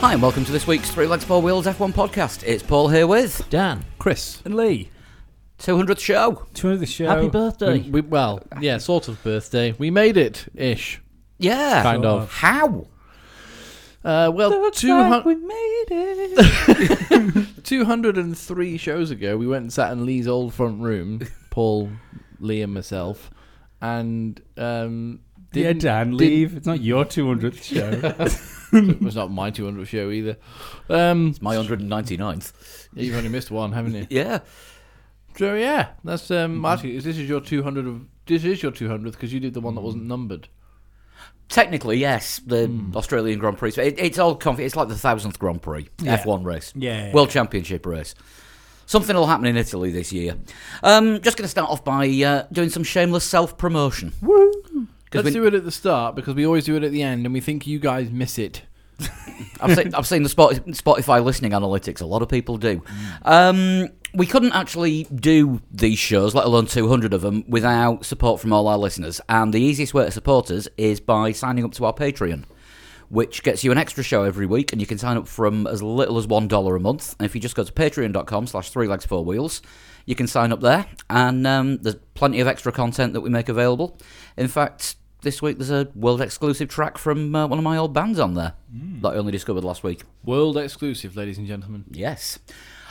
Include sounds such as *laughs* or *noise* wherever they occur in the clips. Hi, and welcome to this week's Three Legs, Four Wheels F1 podcast. It's Paul here with Dan, Chris and Lee. 200th show. Tune of the show. happy birthday. We, we- well, yeah, sort of birthday. We made it ish, Yeah. kind Sort of. How? Uh, well, Looks two like hundred we made it. two hundred and three shows ago, we went and sat in Lee's old front room, Paul, Lee, and myself, and um, yeah, didn't- Dan, leave. It's not your *laughs* 200th show. it was not my two hundredth show either. Um, It's my 199th. you've only missed one, *laughs* haven't you? Yeah. So yeah, that's um, actually this is your two hundred of this is your two hundredth because you did the one that wasn't numbered. Technically, yes, the Hmm. Australian Grand Prix. It, it's all conf- It's like the thousandth Grand Prix Yeah. F1 race, Yeah. World Championship race. Something will happen in Italy this year. Um, just going to start off by uh, doing some shameless self promotion. Woo! Let's do it at the start because we always do it at the end, and we think you guys miss it. I've seen, I've seen the Spot- Spotify listening analytics. A lot of people do. Um, we couldn't actually do these shows, let alone 200 of them, without support from all our listeners. And the easiest way to support us is by signing up to our Patreon, which gets you an extra show every week, and you can sign up from as little as $1 a month. And if you just go to patreon.com slash three legs four wheels, you can sign up there. And um, there's plenty of extra content that we make available. In fact, this week there's a world exclusive track from uh, one of my old bands on there that I only discovered last week. World exclusive, ladies and gentlemen. Yes.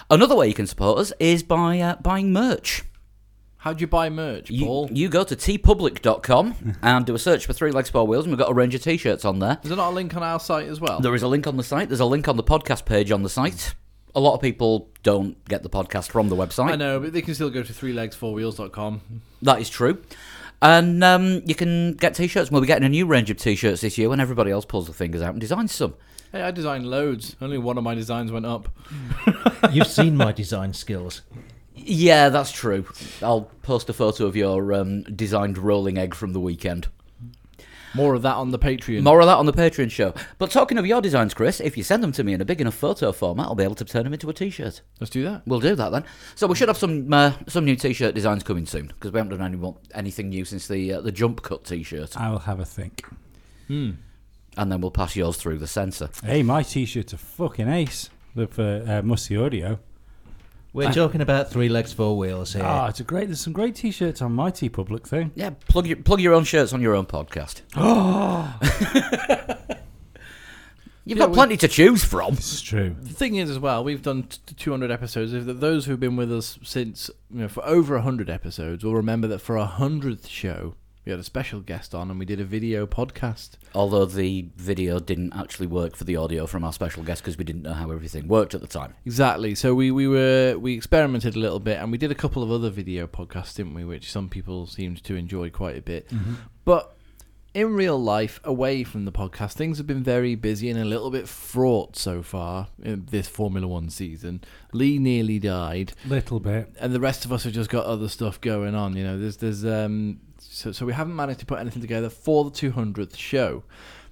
Another way you can support us is by uh, buying merch. How do you buy merch, You, Paul? you go to tpublic.com *laughs* and do a search for Three Legs Four Wheels, and we've got a range of t-shirts on there. Is there not a link on our site as well? There is a link on the site. There's a link on the podcast page on the site. A lot of people don't get the podcast from the website. I know, but they can still go to three legs four wheels.com. That is true. And um, you can get t-shirts. We'll be getting a new range of t-shirts this year when everybody else pulls their fingers out and designs some. Hey, I designed loads. Only one of my designs went up. You've seen my design skills. Yeah, that's true. I'll post a photo of your um, designed rolling egg from the weekend. More of that on the Patreon. More of that on the Patreon show. But talking of your designs, Chris, if you send them to me in a big enough photo format, I'll be able to turn them into a T-shirt. Let's do that. We'll do that then. So we should have some uh, some new T-shirt designs coming soon because we haven't done any, more- anything new since the uh, the jump cut T-shirt, I'll have a think. and then we'll pass yours through the censor. Hey, my t-shirts are fucking ace. Look for uh, Musty Audio. We're talking about three legs, four wheels here. Ah, it's a great. There's some great t-shirts on my T Public thing. Yeah, plug your plug your own shirts on your own *gasps* podcast. *gasps* You've Yeah, got we- plenty to choose from. This is true. The thing is, as well, we've done t- 200 episodes. If th- those who've been with us since, you know, for over 100 episodes will remember that for a 100th show, we had a special guest on and we did a video podcast. Although the video didn't actually work for the audio from our special guest because we didn't know how everything worked at the *laughs* time. Exactly. So we, we were we experimented a little bit, and we did a couple of other video podcasts, didn't we? Which some people seemed to enjoy quite a bit. But in real life, away from the podcast, things have been very busy and a little bit fraught so far in this Formula One season. Lee nearly died, Little bit. and the rest of us have just got other stuff going on. You know, there's there's um so so we haven't managed to put anything together for the 200th show.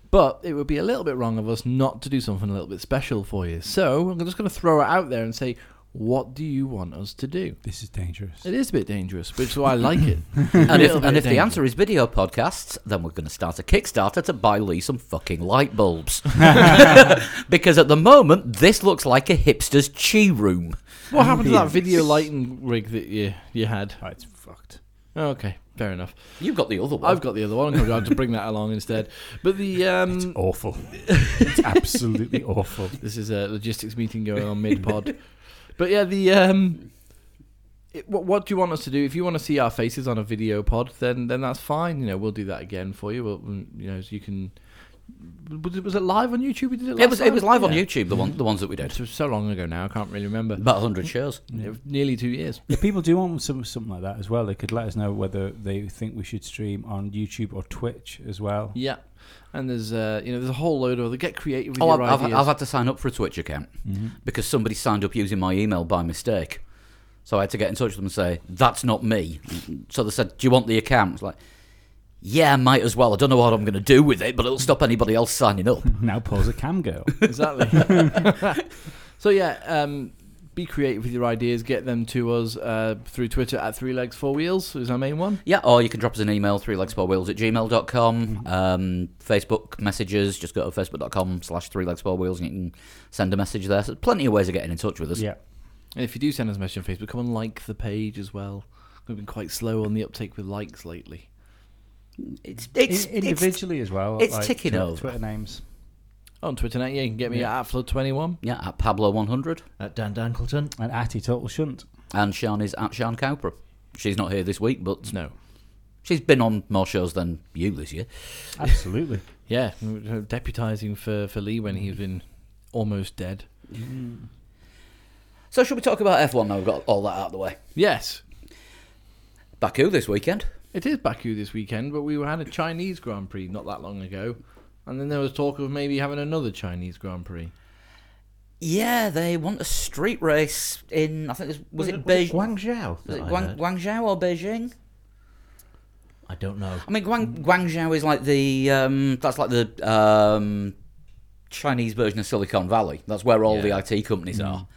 But it would be a little bit wrong of us not to do something a little bit special for you. So I'm just going to throw it out there and say, what do you want us to do? This is dangerous. It is a bit dangerous, which is why I like it. And if, and if the answer is video podcasts, then we're going to start a Kickstarter to buy Lee some fucking light *laughs* bulbs. *laughs* because at the moment, this looks like a hipster's chi room. what happened to that video lighting rig that you you had? Oh, it's fucked. Okay, fair enough. You've got the other one. I've got the other one. I'm going to have to bring that along instead. But the um, *laughs* Awful. it's absolutely awful. This is a logistics meeting going *laughs* on mid pod. but yeah, the um, it, what, what do you want us to do? If you want to see our faces on a video pod, then then that's fine. You know, we'll do that again for you. We'll, mm, you know, so you can. Was it, was it live on YouTube? We did it. Last it was it time? was live on Yeah. YouTube. The one the ones that we did It was so long ago now, I can't really remember. about hundred shows. It was nearly two years. *laughs* If people do want some, something like that as well, they could let us know whether they think we should stream on YouTube or Twitch as well. Yeah, and there's uh, you know, there's a whole load of other. Get creative with Oh, I've, your I've, ideas. Mm-hmm. I've had to sign up for a Twitch account because somebody signed up using my email by mistake. So I had to get in touch with them and say that's not me. So they said, "Do you want the account?" I was like, "Yeah, might as well. I don't know what I'm going to do with it, but it'll stop anybody else *laughs* signing up." Now Paul's a cam girl. exactly. so yeah, um, be creative with your ideas. Get them to us uh, through Twitter at Three Legs Four Wheels is our main one. Yeah, or you can drop us an email, three legs four wheels at gmail.com. Mm-hmm. Um, Facebook messages, just go to facebook.com slash three legs four wheels and you can send a message there. So plenty of ways of getting in touch with us. *laughs* Yeah. And if you do send us a message on Facebook, come and like the page as well. We've been quite slow on the uptake with likes lately. It's, it's, In- it's, individually as well. it's ticking Twi- over. Twitter names. Oh, On Twitter, now, yeah, you can get me at Flood21. yeah, at Pablo100. At Dan Dankleton. And Atty *laughs* Total Shunt. And Shan is at Shan Cowper. She's not here this week, but No. she's been on more shows than you this year. Absolutely. Yeah, deputising for, for Lee when he's been almost dead. So, should we talk about F1 now? We've got all that out of the way. Yes, Baku this weekend. It is Baku this weekend, but we had a Chinese Grand Prix not that long ago, and then there was talk of maybe having another Chinese Grand Prix. Yeah, they want a street race in, I think, this, was, it, Beijing? Guangzhou? that was it I Guang- heard? Guangzhou or Beijing? I don't know. I mean, Guang- Guangzhou is like the um, that's like the um, Chinese version of Silicon Valley. That's where all Yeah. the IT companies are.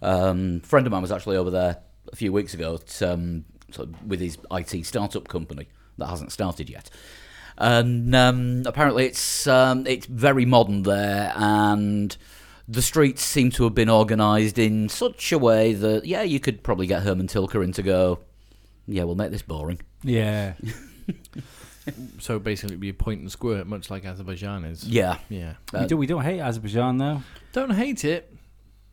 Um, friend of mine was actually over there a few weeks ago at, um, sort of with his IT startup company that hasn't started yet. And um, apparently, it's um, it's very modern there, and the streets seem to have been organised in such a way that yeah, you could probably get Herman Tilker in to go. Yeah, we'll make this boring. Yeah. So basically, it'd be a point and squirt, much like Azerbaijan is. Yeah. Yeah. Uh, we, do, we don't hate Azerbaijan, though. Don't hate it.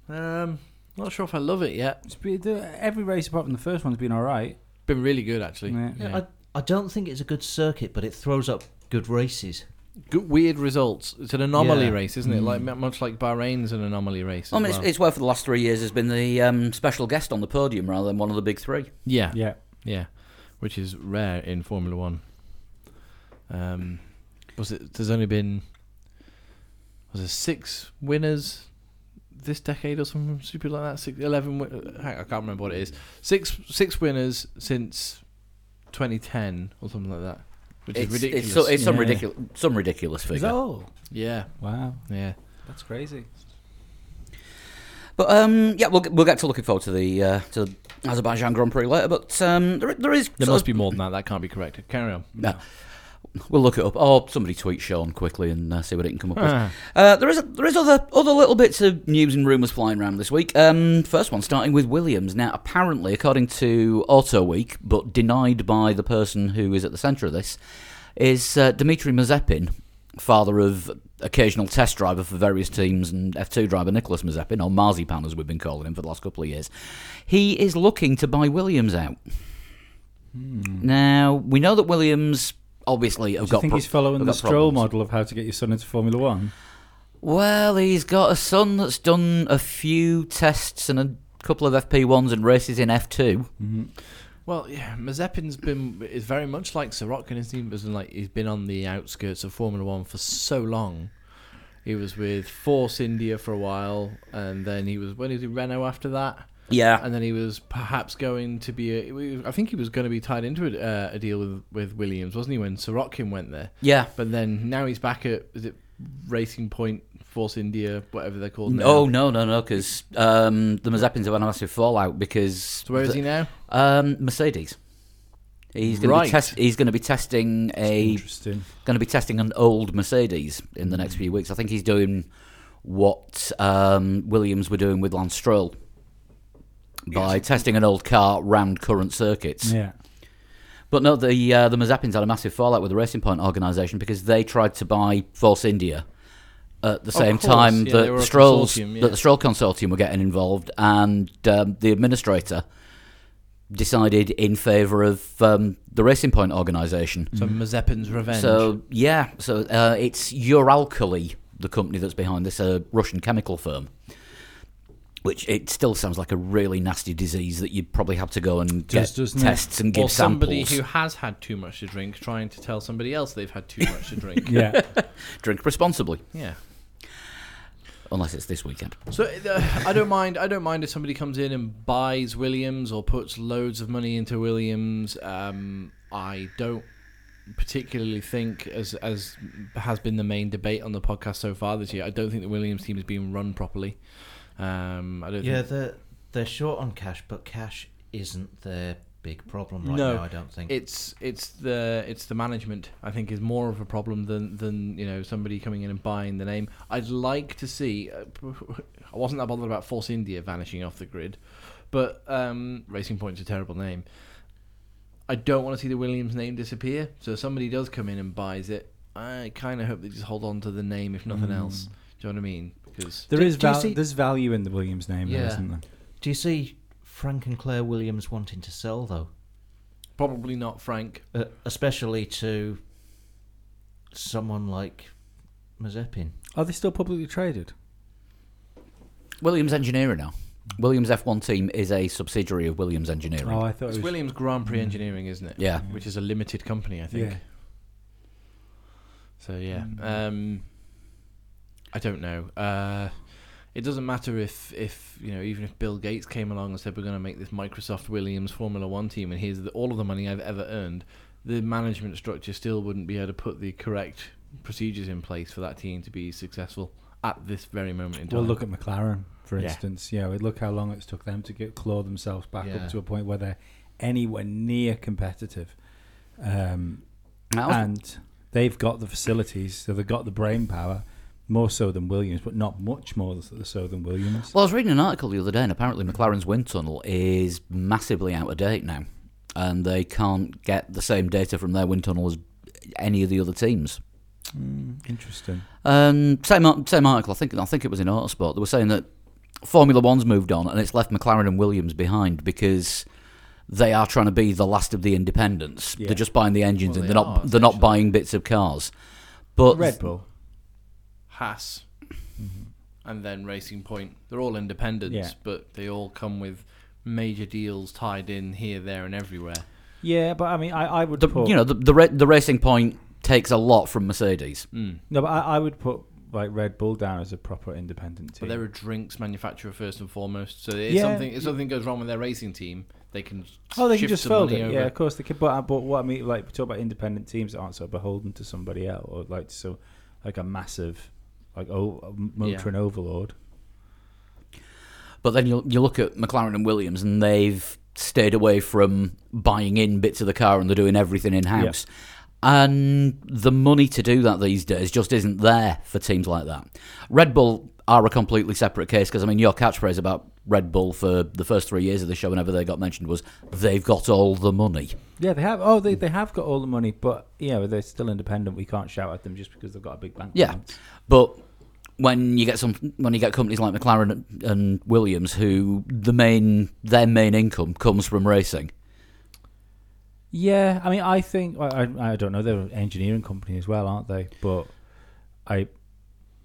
Um, not sure if I love it yet. It's been, the- every race apart from the first one's been all right. Been really good actually. Yeah. Yeah, I, I don't think it's a good circuit, but it throws up good races. Good, weird results. It's an anomaly Yeah. Mm. race, isn't it? Like much like Bahrain's an anomaly race. I as mean, it's, well. it's where for the last three years has been the um, special guest on the podium rather than one of the big three. yeah, yeah, Yeah. which is rare in Formula One. Um, was it? There's only been was there six winners this decade or something stupid like that. Six, Eleven. Win- I can't remember what it is. Six six winners since 2010 or something like that, which It's, is ridiculous. It's, so, it's some Yeah. ridiculous, some ridiculous figure. all? yeah, Wow. yeah. That's crazy. But um, yeah, we'll, get- we'll get to looking forward to the uh, to Azerbaijan Grand Prix later. But um, there, there is There sort must of- be more than that. That can't be correct. Carry on. No. We'll look it up. Or somebody tweet Sean quickly and uh, see what it can come up with. Uh, there is a, there is other other little bits of news and rumours flying around this week. Um, first one starting with Williams. Now, apparently, according to Auto Week, but denied by the person who is at the centre of this, is uh, Dmitry Mazepin, father of occasional test driver for various teams and F2 driver Nicholas Mazepin, or Marzipan as we've been calling him for the last couple of years. He is looking to buy Williams out. Now we know that Williams obviously have Do got. you think pro- he's following have the got stroll problems. model of how to get your son into Formula One? Well, he's got a son that's done a few tests and a couple of FP ones and races in F two. Well, yeah, Mazepin's been is very much like Sirotkin, isn't he? As in, like he's been on the outskirts of Formula One for so long. He was with Force India for a while, and then he was when he was in Renault after that, Yeah, and then he was perhaps going to be. A, I think he was going to be tied into a, uh, a deal with with Williams, wasn't he? When Sirotkin went there, yeah. but then now he's back at is it Racing Point, Force India, whatever they're called. Now. Oh no, no, no, because um, the Mazepins have had a massive fallout because so where is the- he now? Um, Mercedes. He's going to Right. be test. He's going to be testing a Interesting. going to be testing an old Mercedes in the next Hmm. few weeks. I think he's doing what um, Williams were doing with Lance Stroll by testing an old car round current circuits. Yeah. But no, the uh, the Mazepins had a massive fallout with the Racing Point organisation because they tried to buy Force India at the same course, time yeah, that they were the a Strolls consortium, yeah. that the Stroll consortium were getting involved, and um, the administrator decided in favour of um, the Racing Point organisation. So Mazepin's revenge. Mm. So yeah, so uh, it's Uralkali, the company that's behind this, a Russian chemical firm. Which it still sounds like a really nasty disease that you'd probably have to go and Does, get doesn't it? tests and give or somebody samples. who has had too much to drink trying to tell somebody else they've had too *laughs* much to drink. *laughs* Yeah. Drink responsibly, yeah. unless it's this weekend. So uh, I don't mind. I don't mind if somebody comes in and buys Williams or puts loads of money into Williams. Um, I don't particularly think, as as has been the main debate on the podcast so far this year, I don't think the Williams team is being run properly. Um, I don't. Yeah, Think, the they're short on cash, but cash isn't their big problem right No, now. I don't think. It's it's the it's the management I think is more of a problem than than you know somebody coming in and buying the name. I'd like to see. Uh, *laughs* I wasn't that bothered about Force India vanishing off the grid, but um, Racing Point's a terrible name. I don't want to see the Williams name disappear. So if somebody does come in and buys it, I kind of hope they just hold on to the name if nothing else. Do you know what I mean? Because There Mm. Do- is do you val- see- there's value in the Williams name, though, Yeah. isn't there? Do you see Frank and Claire Williams wanting to sell though, probably not Frank. uh, especially to someone like Mazepin? Are they still publicly traded? Williams Engineering now. Williams F1 team is a subsidiary of Williams Engineering. Oh, I thought It's it was. Williams Grand Mm. Prix Engineering, isn't it? Yeah. which is a limited company, I think. Yeah. Hmm. So yeah, um, I don't know. Uh, it doesn't matter if if you know even if Bill Gates came along and said we're going to make this Microsoft Williams Formula One team and here's the, all of the money I've ever earned, the management structure still wouldn't be able to put the correct procedures in place for that team to be successful at this very moment in time. Well, look at McLaren, for Yeah. instance. Yeah, we look how long it's took them to get claw themselves back Yeah. up to a point where they're anywhere near competitive. Um, That was- and they've got the facilities, so they've got the brain power, more so than Williams, but not much more so than Williams. Well, I was reading an article the other day, and apparently McLaren's wind tunnel is massively out of date now, and they can't get the same data from their wind tunnel as any of the other teams. Interesting. Um, same ar- same article, I think. I think it was in Autosport. They were saying that Formula One's moved on, and it's left McLaren and Williams behind because they are trying to be the last of the independents. Yeah. They're just buying the engines, Well, and they they're are, not they're not essentially. buying bits of cars. But Red Bull. Haas, and then Racing Point. They're all independents, Mm-hmm. Yeah. but they all come with major deals tied in here, there, and everywhere. Yeah, but I mean, I, I would the, put you know the the, ra- the racing point takes a lot from Mercedes. no, but I, I would put like Red Bull down as a proper independent team. But they're a drinks manufacturer first and foremost. So if Yeah. something if something goes wrong with their racing team, they can Oh, they can shift just some fold money it. over. Yeah, of course they could. But, uh, but what I mean, like, we talk about independent teams that aren't so beholden to somebody else, or like so, like a massive, like oh, Motrin and overlord. But then you you look at McLaren and Williams, and they've stayed away from buying in bits of the car, and they're doing everything in house. And the money to do that these days just isn't there for teams like that. Red Bull are a completely separate case because I mean your catchphrase about Red Bull for the first three years of the show, whenever they got mentioned, was they've got all the money. Yeah, they have. Oh, they, they have got all the money, but yeah, they're still independent. We can't shout at them just because they've got a big bank. Yeah, balance. but when you get some, when you get companies like McLaren and Williams, who the main their main income comes from racing, Yeah, I mean, I think I, I I don't know. They're an engineering company as well, aren't they? But I,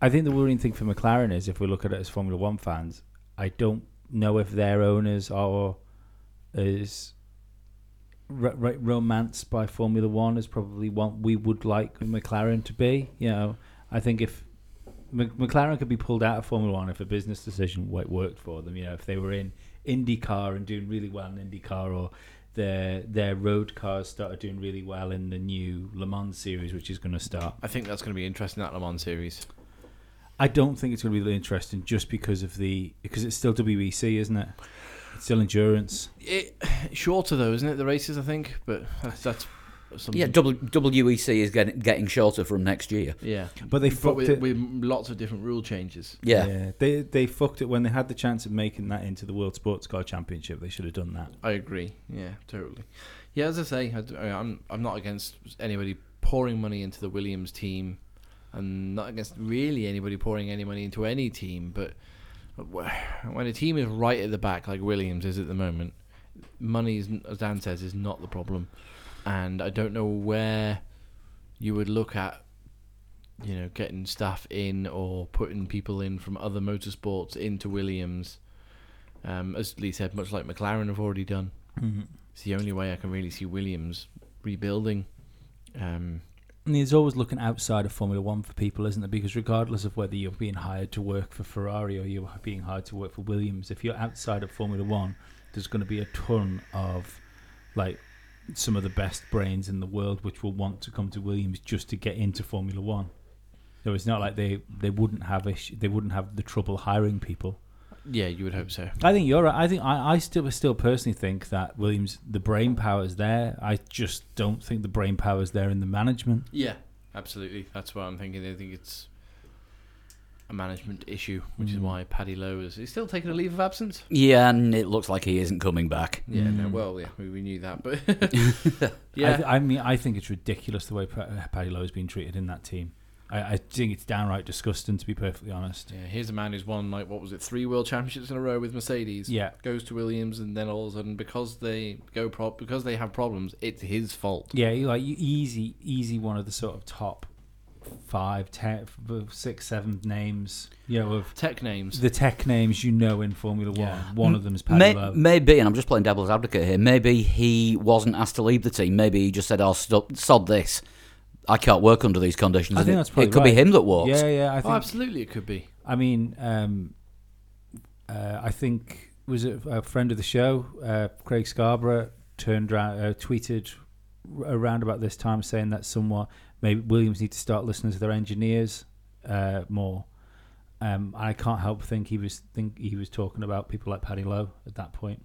I think the worrying thing for McLaren is if we look at it as Formula One fans, I don't know if their owners are as r- r- romanced by Formula One as probably what we would like McLaren to be. You know, I think if Mc- McLaren could be pulled out of Formula One if a business decision wo- worked for them. You know, if they were in IndyCar and doing really well in IndyCar, or their their road cars started doing really well in the new Le Mans series, which is going to start. I think that's going to be interesting that Le Mans series. I don't think it's going to be really interesting just because of the because it's still WEC, isn't it? It's still endurance. It, shorter though, isn't it? The races, I think, but *laughs* that's, that's something. Yeah, w, WEC is getting, getting shorter from next year. yeah. But they But fucked with, it. with lots of different rule changes. Yeah. they they fucked it when they had the chance of making that into the World Sports Car Championship. They should have done that. I agree. Yeah, totally. Yeah, as I say, I, am I'm not against anybody pouring money into the Williams team, and not against really anybody pouring any money into any team. But wh- when a team is right at the back like Williams is at the moment, money, is, as Dan says, is not the problem. And I don't know where you would look at, you know, getting staff in or putting people in from other motorsports into Williams. Um, as Lee said, much like McLaren have already done. It's the only way I can really see Williams rebuilding. Um, And there's always looking outside of Formula One for people, isn't there? Because regardless of whether you're being hired to work for Ferrari or you're being hired to work for Williams, if you're outside of Formula One, there's going to be a ton of like some of the best brains in the world which will want to come to Williams just to get into Formula One. So it's not like they, they wouldn't have ish, they wouldn't have the trouble hiring people. Yeah, you would hope so. I think you're right. I think I, I still still personally think that Williams the brain power is there. I just don't think the brain power is there in the management. Yeah, absolutely. That's what I'm thinking. I think it's a management issue, which is why Paddy Lowe is he's still taking a leave of absence. Yeah, and it looks like he isn't coming back. Yeah, no, well, yeah, we, we knew that, *laughs* but I, yeah, th- I mean, I think it's ridiculous the way Pa- uh, Paddy Lowe has been treated in that team. I, I think it's downright disgusting, to be perfectly honest. yeah. Here's a man who's won like what was it, three world championships in a row with Mercedes. Yeah. goes to Williams, and then all of a sudden, because they go prop, because they have problems, it's his fault. Yeah, you like you easy, easy one of the sort of top five, ten, f- f- six, seven names. You know of Tech names. the tech names you know in Formula One. Yeah. One of them is Paddy May, Lowe. maybe, and I'm just playing devil's advocate here. Maybe he wasn't asked to leave the team. Maybe he just said, "Oh, stop, sod this. I can't work under these conditions." I and think it, that's probably it could be right. him that walked. yeah, yeah. I oh, think absolutely, it could be. I mean, um, uh, I think was it a friend of the show, uh, Craig Scarborough, turned round, uh, tweeted r- around about this time saying that somewhat maybe Williams need to start listening to their engineers uh, more. Um, I can't help think he was think he was talking about people like Paddy Lowe at that point.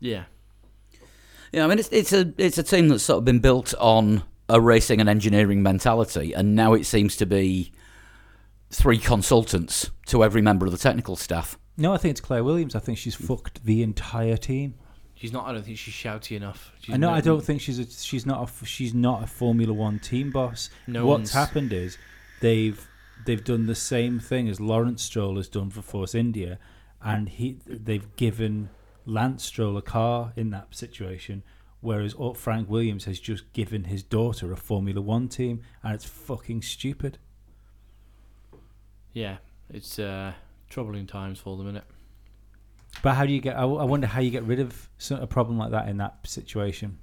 Yeah, Yeah, I mean it's it's a it's a team that's sort of been built on a racing and engineering mentality, and now it seems to be three consultants to every member of the technical staff. No, I think it's Claire Williams. I think she's fucked the entire team. she's not. I don't think she's shouty enough. She's I know. no- I don't think she's a, she's not a, f- she's not a Formula One team boss. No What's one's- happened is they've they've done the same thing as Lawrence Stroll has done for Force India, and he they've given Lance Stroll a car in that situation, whereas all- Frank Williams has just given his daughter a Formula One team, and it's fucking stupid. Yeah, it's uh, troubling times for them, is But how do you get? I, w- I wonder how you get rid of so- a problem like that in that situation.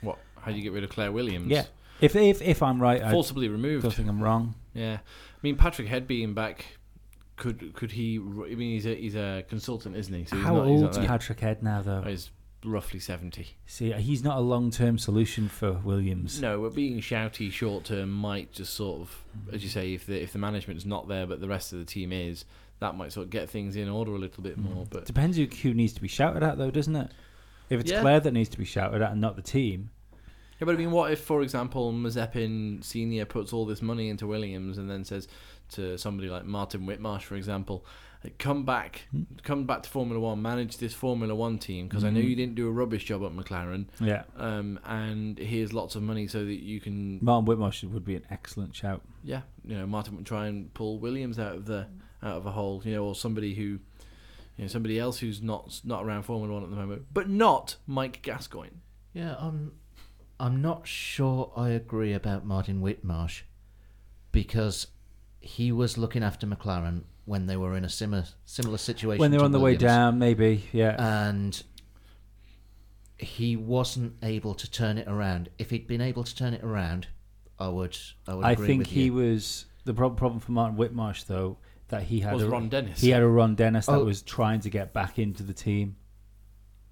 What? How do you get rid of Claire Williams? Yeah. If if if I'm right, I forcibly removed. don't think I'm wrong. Yeah, I mean Patrick Head being back, could could he? r- I mean, he's a he's a consultant, isn't he? So he's How not, he's not old's there. Patrick Head now, though? Oh, He's roughly seventy. See, uh, he's not a long-term solution for Williams. No, but being shouty short term might just sort of, as you say, if the if the management's not there, but the rest of the team is, that might sort of get things in order a little bit Mm. more. But Depends who, who needs to be shouted at, though, doesn't it? If it's Yeah. Claire that needs to be shouted at and not the team, yeah, but I mean, what if, for example, Mazepin Senior puts all this money into Williams and then says to somebody like Martin Whitmarsh, for example. Come back, come back to Formula One. Manage this Formula One team because I know you didn't do a rubbish job at McLaren. yeah, um, and here's lots of money so that you can, Martin Whitmore should, would be an excellent shout. yeah, you know, Martin would try and pull Williams out of the out of a hole, you know, or somebody who, you know, somebody else who's not not around Formula One at the moment, but not Mike Gascoigne. Yeah, I'm. I'm not sure I agree about Martin Whitmarsh, because he was looking after McLaren when they were in a similar similar situation. When they're to on the Williams. way down, maybe, yeah. and he wasn't able to turn it around. If he'd been able to turn it around, I would. I would. I agree think with he you. was the prob- problem for Martin Whitmarsh though that he had Was a, Ron Dennis. He had a Ron Dennis that Oh. was trying to get back into the team.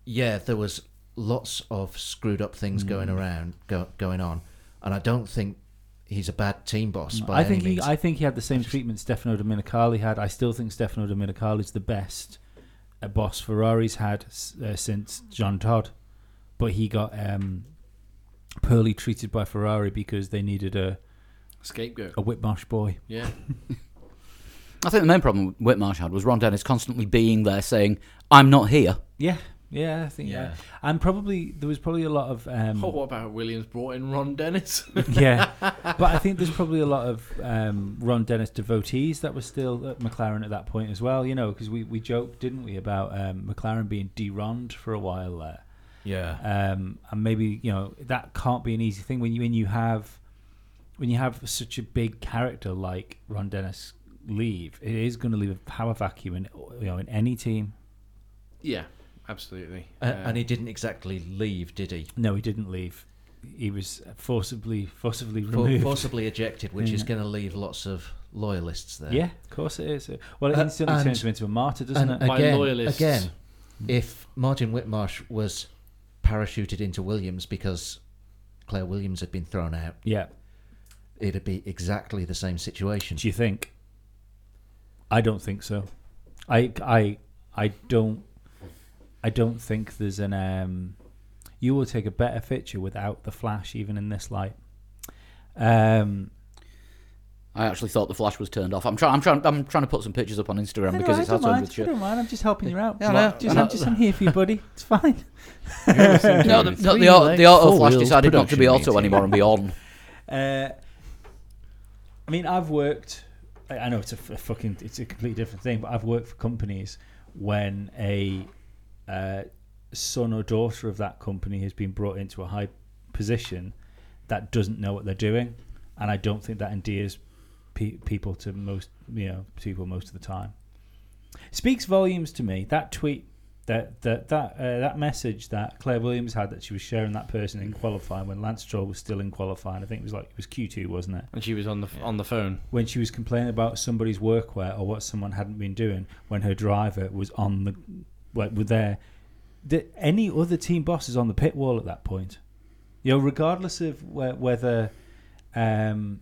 yeah, there was lots of screwed up things going Mm. around, go, going on, and I don't think he's a bad team boss by Mm. I any think he, means. I think he had the same treatment Stefano Dominicali had. I still think Stefano Dominicali's the best uh, boss Ferrari's had s- uh, since John Todd, but he got um, poorly treated by Ferrari because they needed a Scapegoat. a Whitmarsh boy. Yeah, *laughs* I think the main problem Whitmarsh had was Ron Dennis constantly being there saying, "I'm not here." Yeah, yeah, I think yeah. Yeah. And probably there was probably a lot of um, oh, what about Williams brought in Ron Dennis? *laughs* yeah, but I think there's probably a lot of um, Ron Dennis devotees that were still at McLaren at that point as well. You know, because we we joked, didn't we, about um, McLaren being de-Ronned for a while there. yeah. um, and maybe you know that can't be an easy thing when you when you have when you have such a big character like Ron Dennis leave, it is going to leave a power vacuum in you know in any team. yeah, absolutely. Uh, A- and he didn't exactly leave, did he? No, he didn't leave. He was forcibly forcibly For- removed. forcibly ejected, which is going to leave lots of loyalists there. yeah, of course it is. Well, it Uh, instantly and- turns him into a martyr, doesn't and it? Hmm. By again, loyalists. again, if Martin Whitmarsh was parachuted into Williams because Claire Williams had been thrown out, yeah. it'd be exactly the same situation. Do you think? I don't think so. I I I don't I don't think there's an um you will take a better picture without the flash even in this light. Um I actually thought the flash was turned off. I'm trying. I'm trying. I'm trying to put some pictures up on Instagram because it's I don't had mind, with I shit. don't mind, I'm just helping you out. Yeah, I know, just, I know. I'm just I'm here for you, buddy. It's fine. *laughs* No, the, no, the, au- the auto flash decided not to be auto anymore and be *laughs* on. Uh, I mean, I've worked. I I know it's a, f- a fucking, it's a completely different thing, but I've worked for companies when a uh, son or daughter of that company has been brought into a high position that doesn't know what they're doing, and I don't think that endears pe- people to most, you know, people most of the time. Speaks volumes to me. That tweet, that that that uh, that message that Claire Williams had that she was sharing that person in qualifying when Lance Stroll was still in qualifying. I think it was like it was Q two, wasn't it? And she was on the on the phone. when she was complaining about somebody's workwear or what someone hadn't been doing when her driver was on the like were there the, any other team boss is on the pit wall at that point you know regardless of whe- whether um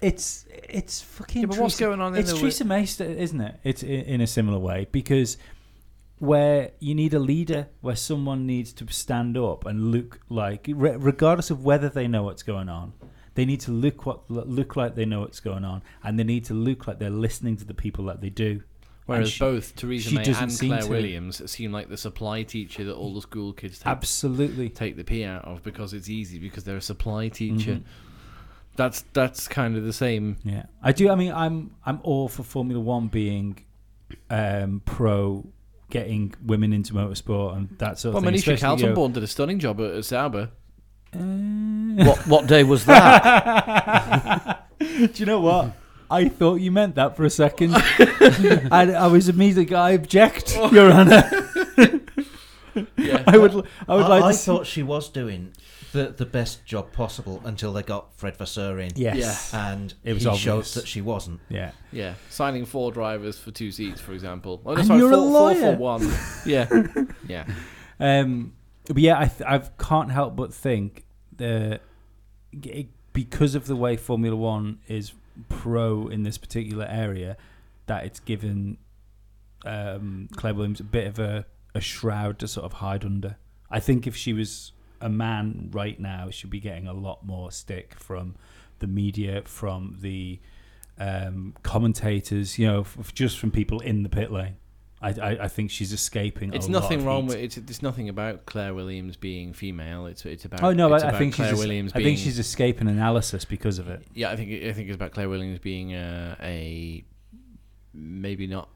it's it's fucking Yeah, but what's Theresa- going on in it's the Theresa May st- isn't it it's i- in a similar way because where you need a leader where someone needs to stand up and look like re- regardless of whether they know what's going on they need to look what look like they know what's going on and they need to look like they're listening to the people that they do Whereas And she- both Theresa she May doesn't and seem Claire to. Williams seem like the supply teacher that all the school kids take, absolutely take the pee out of because it's easy because they're a supply Mhm. teacher. That's that's kind of the same. Yeah, I do. I mean, I'm I'm all for Formula One being um, pro getting women into motorsport and that sort Well, of thing. Manisha especially, you know- Kaltenborn did a stunning job at, at Sauber. What what day was that? *laughs* do you know what? I thought you meant that for a second. *laughs* I, I was immediately. I object, Oh. Your Honour. *laughs* I would. l- *laughs* I would I, like to. I see- thought she was doing the, the best job possible until they got Fred Vasseur in. yes. And It was he obvious. showed that she wasn't. Yeah. Yeah, signing four drivers for two seats, for example. Oh, no, And sorry, you're a four, Four for lawyer. one. Yeah, *laughs* yeah. Um, but yeah, I th- I can't help but think that g- because of the way Formula One is pro in this particular area, that it's given um, Claire Williams a bit of a, a shroud to sort of hide under. I think if she was a man right now, she'd be getting a lot more stick from the media, from the um, commentators, you know, f- f- just from people in the pit lane. I, I, I think she's escaping. a It's lot nothing of wrong heat. with it's. It's nothing about Claire Williams being female. It's it's about. Oh no, Uh, it's I, I about think Claire she's. es- Williams. I being, think she's escaping analysis because of it. Yeah, I think I think it's about Claire Williams being uh, a maybe not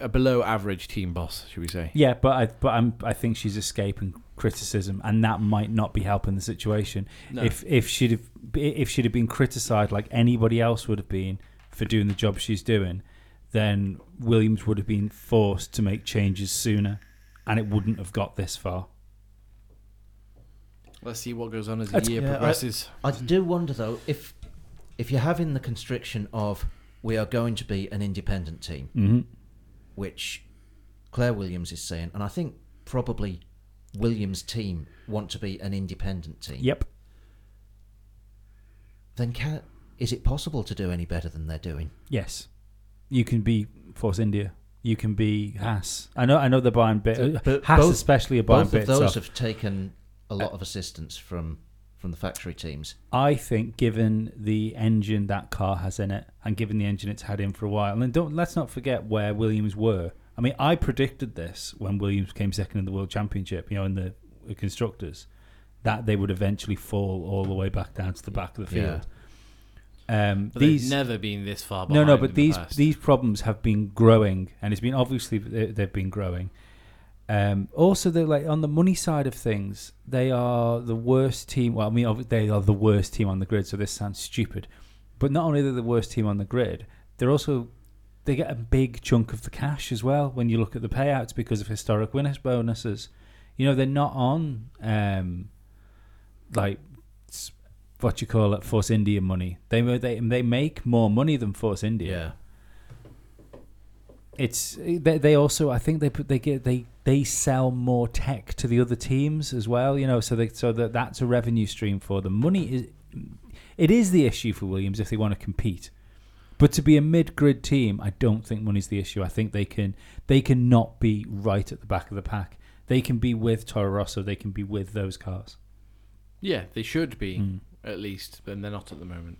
a below average team boss, should we say? Yeah, but I but I'm I think she's escaping criticism, and that might not be helping the situation. No. If if she'd have if she'd have been criticised like anybody else would have been for doing the job she's doing, then Williams would have been forced to make changes sooner, and it wouldn't have got this far. Let's see what goes on as the That's- year Yeah, I- progresses. I do wonder though if if you're having the constriction of we are going to be an independent team, which Claire Williams is saying, and I think probably Williams' team want to be an independent team. Yep. Then can is it possible to do any better than they're doing? Yes. You can be Force India. You can be Haas. I know. I know they're buying bit. But Haas both- especially are buying Both bits of those off. have taken a lot of assistance from from the factory teams. I think, given the engine that car has in it, and given the engine it's had in for a while, and don't let's not forget where Williams were. I mean, I predicted this when Williams came second in the World Championship, you know, in the the constructors, that they would eventually fall all the way back down to the back of the Yeah. field. Um, But these they've never been this far. no, Behind no, but in the these past. these problems have been growing, and it's been obviously they- they've been growing. Um, also, they're like on the money side of things, they are the worst team. Well, I mean, obvi- they are the worst team on the grid, so this sounds stupid. But not only are they the worst team on the grid, they're also they get a big chunk of the cash as well when you look at the payouts because of historic winners bonuses. You know, they're not on um, like s- what you call it Force India money. They mo- they they make more money than Force India it's they, they also I think they put they get they they sell more tech to the other teams as well you know so they so that that's a revenue stream for them money is it is the issue for Williams if they want to compete But to be a mid-grid team, I don't think money's the issue. I think they can they can not be right at the back of the pack. They can be with Toro Rosso. They can be with those cars. Yeah, they should be Hmm. at least, and they're not at the moment.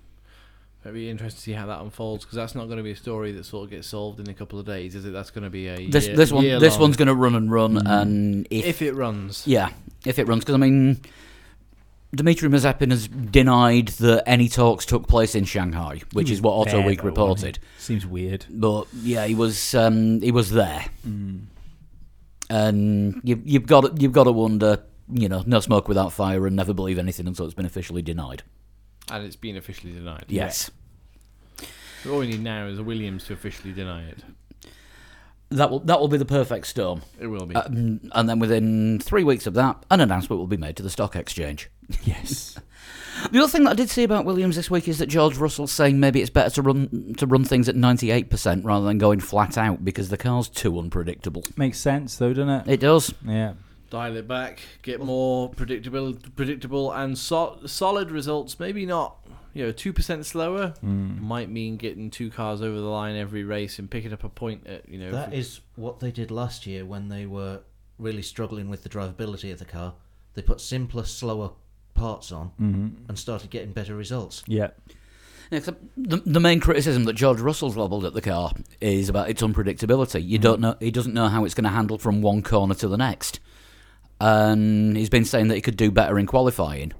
It'd be interesting to see how that unfolds because that's not going to be a story that sort of gets solved in a couple of days, is it? That's going to be a This year, this one year this long- Mm-hmm. one's going to run and run, and if, if it runs. yeah, if it runs, because I mean, Dmitry Mazepin has denied that any talks took place in Shanghai, which is what Auto There, Week though, reported. Seems weird. But yeah, he was um, he was there, and you, you've got to, you've got to wonder, you know, no smoke without fire, and never believe anything until it's been officially denied. and it's been officially denied. Yes, So all we need now is Williams to officially deny it. that will that will be the perfect storm, It will be. um, and then within three weeks of that, an announcement will be made to the stock exchange. Yes. The other thing that I did see about Williams this week is that George Russell's saying maybe it's better to run to run things at ninety eight percent rather than going flat out because the car's too unpredictable. *laughs* Makes sense though, doesn't it? It does. Yeah. Dial it back, get more predictable, predictable and so- solid results. Maybe not, you know, two percent slower might mean getting two cars over the line every race and picking up a point at you know. That if- is what they did last year when they were really struggling with the drivability of the car. They put simpler, slower parts on and started getting better results. Yeah. Yeah, 'cause the, the main criticism that George Russell's levelled at the car is about its unpredictability. Mm. You don't know; he doesn't know how it's going to handle from one corner to the next. And he's been saying that he could do better in qualifying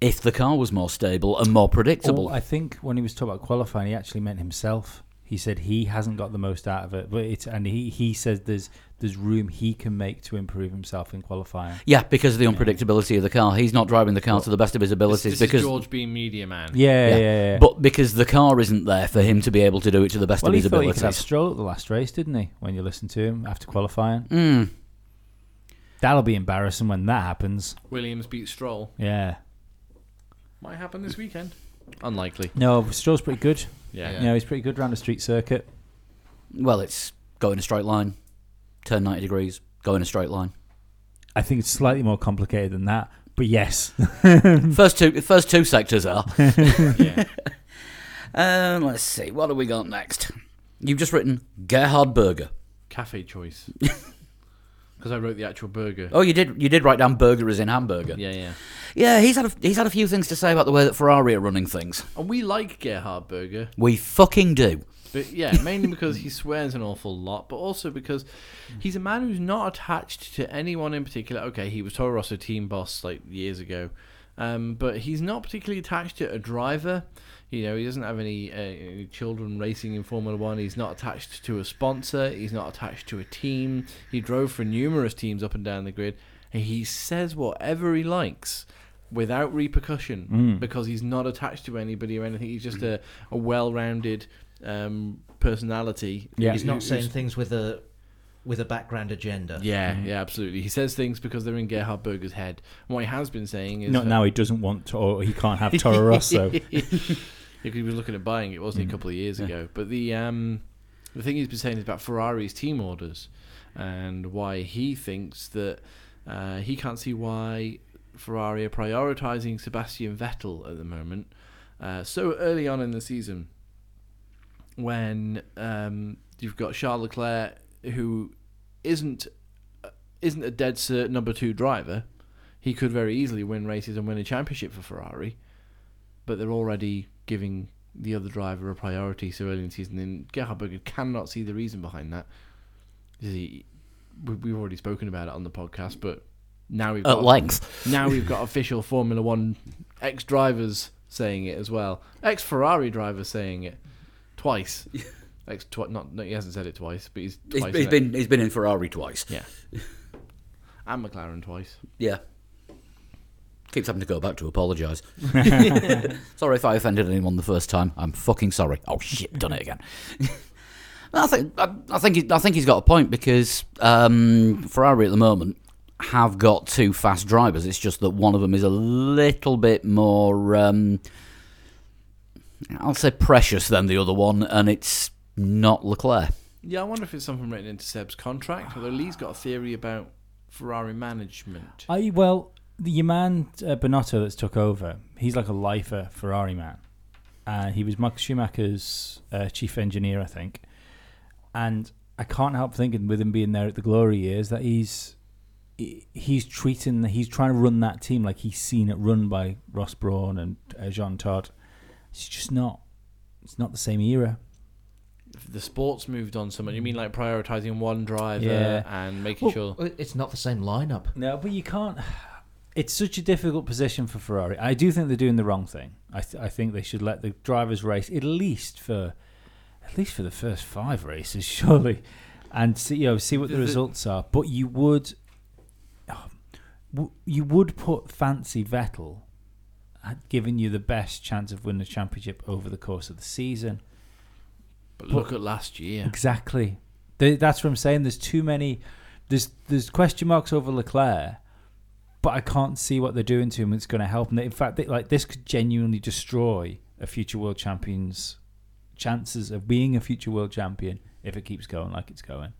if the car was more stable and more predictable. Or Oh, I think when he was talking about qualifying, he actually meant himself. He said he hasn't got the most out of it, but it's and he he says there's there's room he can make to improve himself in qualifying. yeah, because of the unpredictability of the car, he's not driving the car to the best of his this, abilities this because is George being media man. Yeah, yeah, yeah. But because the car isn't there for him to be able to do it to the best well, of he his thought he could abilities. have Stroll at the last race, didn't he? When you listen to him after qualifying, Mm. that'll be embarrassing when that happens. Williams beat Stroll. Yeah. Might happen this weekend. Unlikely. No, Stroll's pretty good. Yeah. You know, he's pretty good around the street circuit. Well, it's go in a straight line, turn ninety degrees, go in a straight line. I think it's slightly more complicated than that, but yes. first two, first two sectors are. *laughs* yeah. Um, let's see, what have we got next? You've just written Gerhard Berger. Cafe choice. Because I wrote the actual burger. Oh, you did. You did write down Berger as in hamburger. Yeah, yeah. Yeah, he's had a, he's had a few things to say about the way that Ferrari are running things. And we like Gerhard Burger, We fucking do. but yeah, mainly because he swears an awful lot, but also because he's a man who's not attached to anyone in particular. Okay, he was Toro Rosso team boss like years ago, um, but he's not particularly attached to a driver. You know, he doesn't have any, uh, any children racing in Formula One. He's not attached to a sponsor. He's not attached to a team. He drove for numerous teams up and down the grid, and he says whatever he likes without repercussion Mm. because he's not attached to anybody or anything. He's just a, a well-rounded um, personality. Yeah. Mm. He's not Who's- saying things with a with a background agenda. Yeah, yeah, absolutely. He says things because they're in Gerhard Berger's head. And what he has been saying is Not that- now he doesn't want to, or he can't have Toro *laughs* *laughs* Rosso. Yeah, 'cause he was looking at buying it, wasn't he, a couple of years ago? But the um, the thing he's been saying is about Ferrari's team orders and why he thinks that uh, he can't see why Ferrari are prioritising Sebastian Vettel at the moment uh, so early on in the season when um, you've got Charles Leclerc who isn't uh, isn't a dead cert number two driver. He could very easily win races and win a championship for Ferrari but they're already giving the other driver a priority so early in the season. And Gerhard Berger cannot see the reason behind that. You see, we- we've already spoken about it on the podcast, but now we've At got length, now we've got official Formula One ex drivers saying it as well, ex Ferrari drivers saying it twice. Ex, twi- not no, he hasn't said it twice, but he's he's, twice. he's innit? been he's been in Ferrari twice. yeah, and McLaren twice. Yeah. Keeps having to go back to apologise. sorry if I offended anyone the first time. I'm fucking sorry. Oh shit, done it again. *laughs* I think I, I think he, I think he's got a point because um, Ferrari at the moment have got two fast drivers. It's just that one of them is a little bit more, um, I'll say, precious than the other one, and it's not Leclerc. Yeah, I wonder if it's something written into Seb's contract. Although Lee's got a theory about Ferrari management. I well, the your man uh, Bonotto that's took over, he's like a lifer Ferrari man, and he was Max Schumacher's uh, chief engineer, I think. And I can't help thinking, with him being there at the glory years, that he's he- he's treating he's trying to run that team like he's seen it run by Ross Brawn and uh, Jean Todt. It's just not. It's not the same era. The sports moved on so much. You mean like prioritizing one driver Yeah. and making Well, sure. Well, It's not the same lineup. No, but you can't. It's such a difficult position for Ferrari. I do think they're doing the wrong thing. I, th- I think they should let the drivers race at least for at least for the first five races, *laughs* surely, and see you know see what the, The- the- results are. But you would oh, w- you would put fancy Vettel at giving you the best chance of winning a championship over the course of the season. But look at last year. Exactly. Th that's what I'm saying. There's too many. There's there's question marks over Leclerc, but I can't see what they're doing to him. It's going to help. And in fact, they, like this could genuinely destroy a future world champion's chances of being a future world champion if it keeps going like it's going.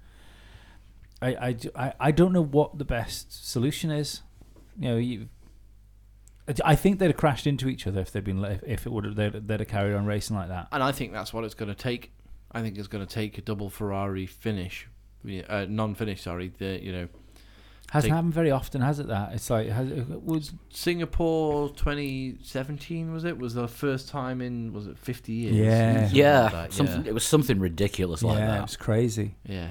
I I d- I- I don't know what the best solution is. You know you. I- I think they'd have crashed into each other if they'd been le- if it would have they'd, they'd have carried on racing like that. And I think that's what it's going to take. I think it's going to take a double Ferrari finish, yeah, uh, non-finish. Sorry, the you know Hasn't Take- happened very often, has it? That it's like has it, was Singapore 2017 was it? Was the first time in was it 50 years? Yeah. Something Yeah, like that, something, it was something ridiculous like yeah, it that. was crazy. yeah. yeah.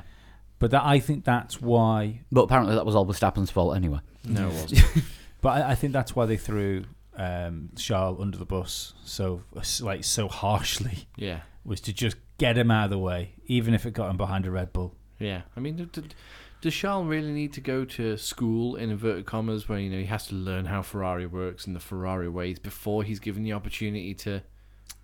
But that I think that's why. But apparently that was all Verstappen's fault anyway. No, it wasn't. But I, I think that's why they threw um, Charles under the bus so like so harshly yeah, was to just get him out of the way, even if it got him behind a Red Bull. yeah. I mean, d- d- does Charles really need to go to school in inverted commas, where you know he has to learn how Ferrari works and the Ferrari ways before he's given the opportunity to?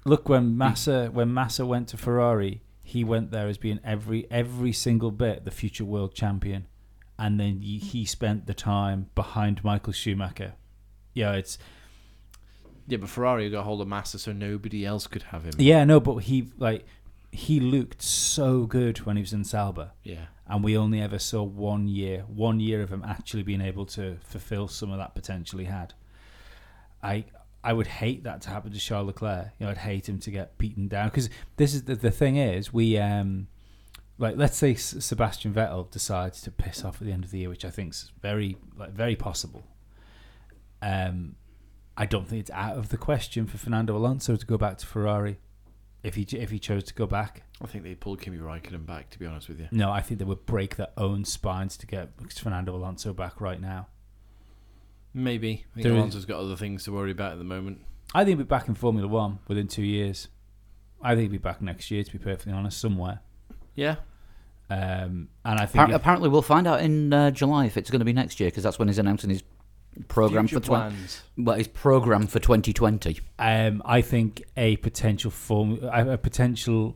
Look, when Massa when Massa went to Ferrari, he went there as being every every single bit the future world champion, and then he, he spent the time behind Michael Schumacher. Yeah, it's Yeah, but Ferrari got hold of Massa, so nobody else could have him. yeah no, but he like he looked so good when he was in Sauber. yeah. and we only ever saw one year, one year of him actually being able to fulfil some of that potential he had. I I would hate that to happen to Charles Leclerc. You know, I'd hate him to get beaten down because this is the, the thing is we um like let's say S- Sebastian Vettel decides to piss off at the end of the year, which I think's very like very possible. Um, I don't think it's out of the question for Fernando Alonso to go back to Ferrari if he if he chose to go back. I think they pulled Kimi Raikkonen back. To be honest with you, No, I think they would break their own spines to get Fernando Alonso back right now. maybe. I think There is- Alonso's got other things to worry about at the moment. I think he'll be back in Formula One within two years. I think he'll be back next year, to be perfectly honest, somewhere. Yeah, Um, and I think Appar- apparently we'll find out in uh, July if it's going to be next year because that's when he's announcing his program Future for twen- plans. well, his program for 2020. um, I think a potential form a a potential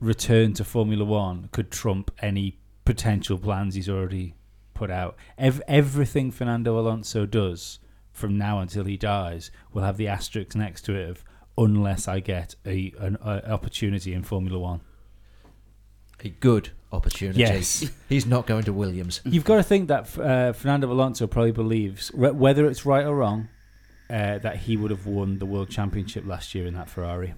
return to Formula One could trump any potential plans he's already put out. Ev- everything Fernando Alonso does from now until he dies will have the asterisk next to it of unless I get a an a opportunity in Formula One. A good opportunity. Yes. *laughs* He's not going to Williams. *laughs* You've got to think that uh, Fernando Alonso probably believes, re- whether it's right or wrong, uh, that he would have won the world championship last year in that Ferrari.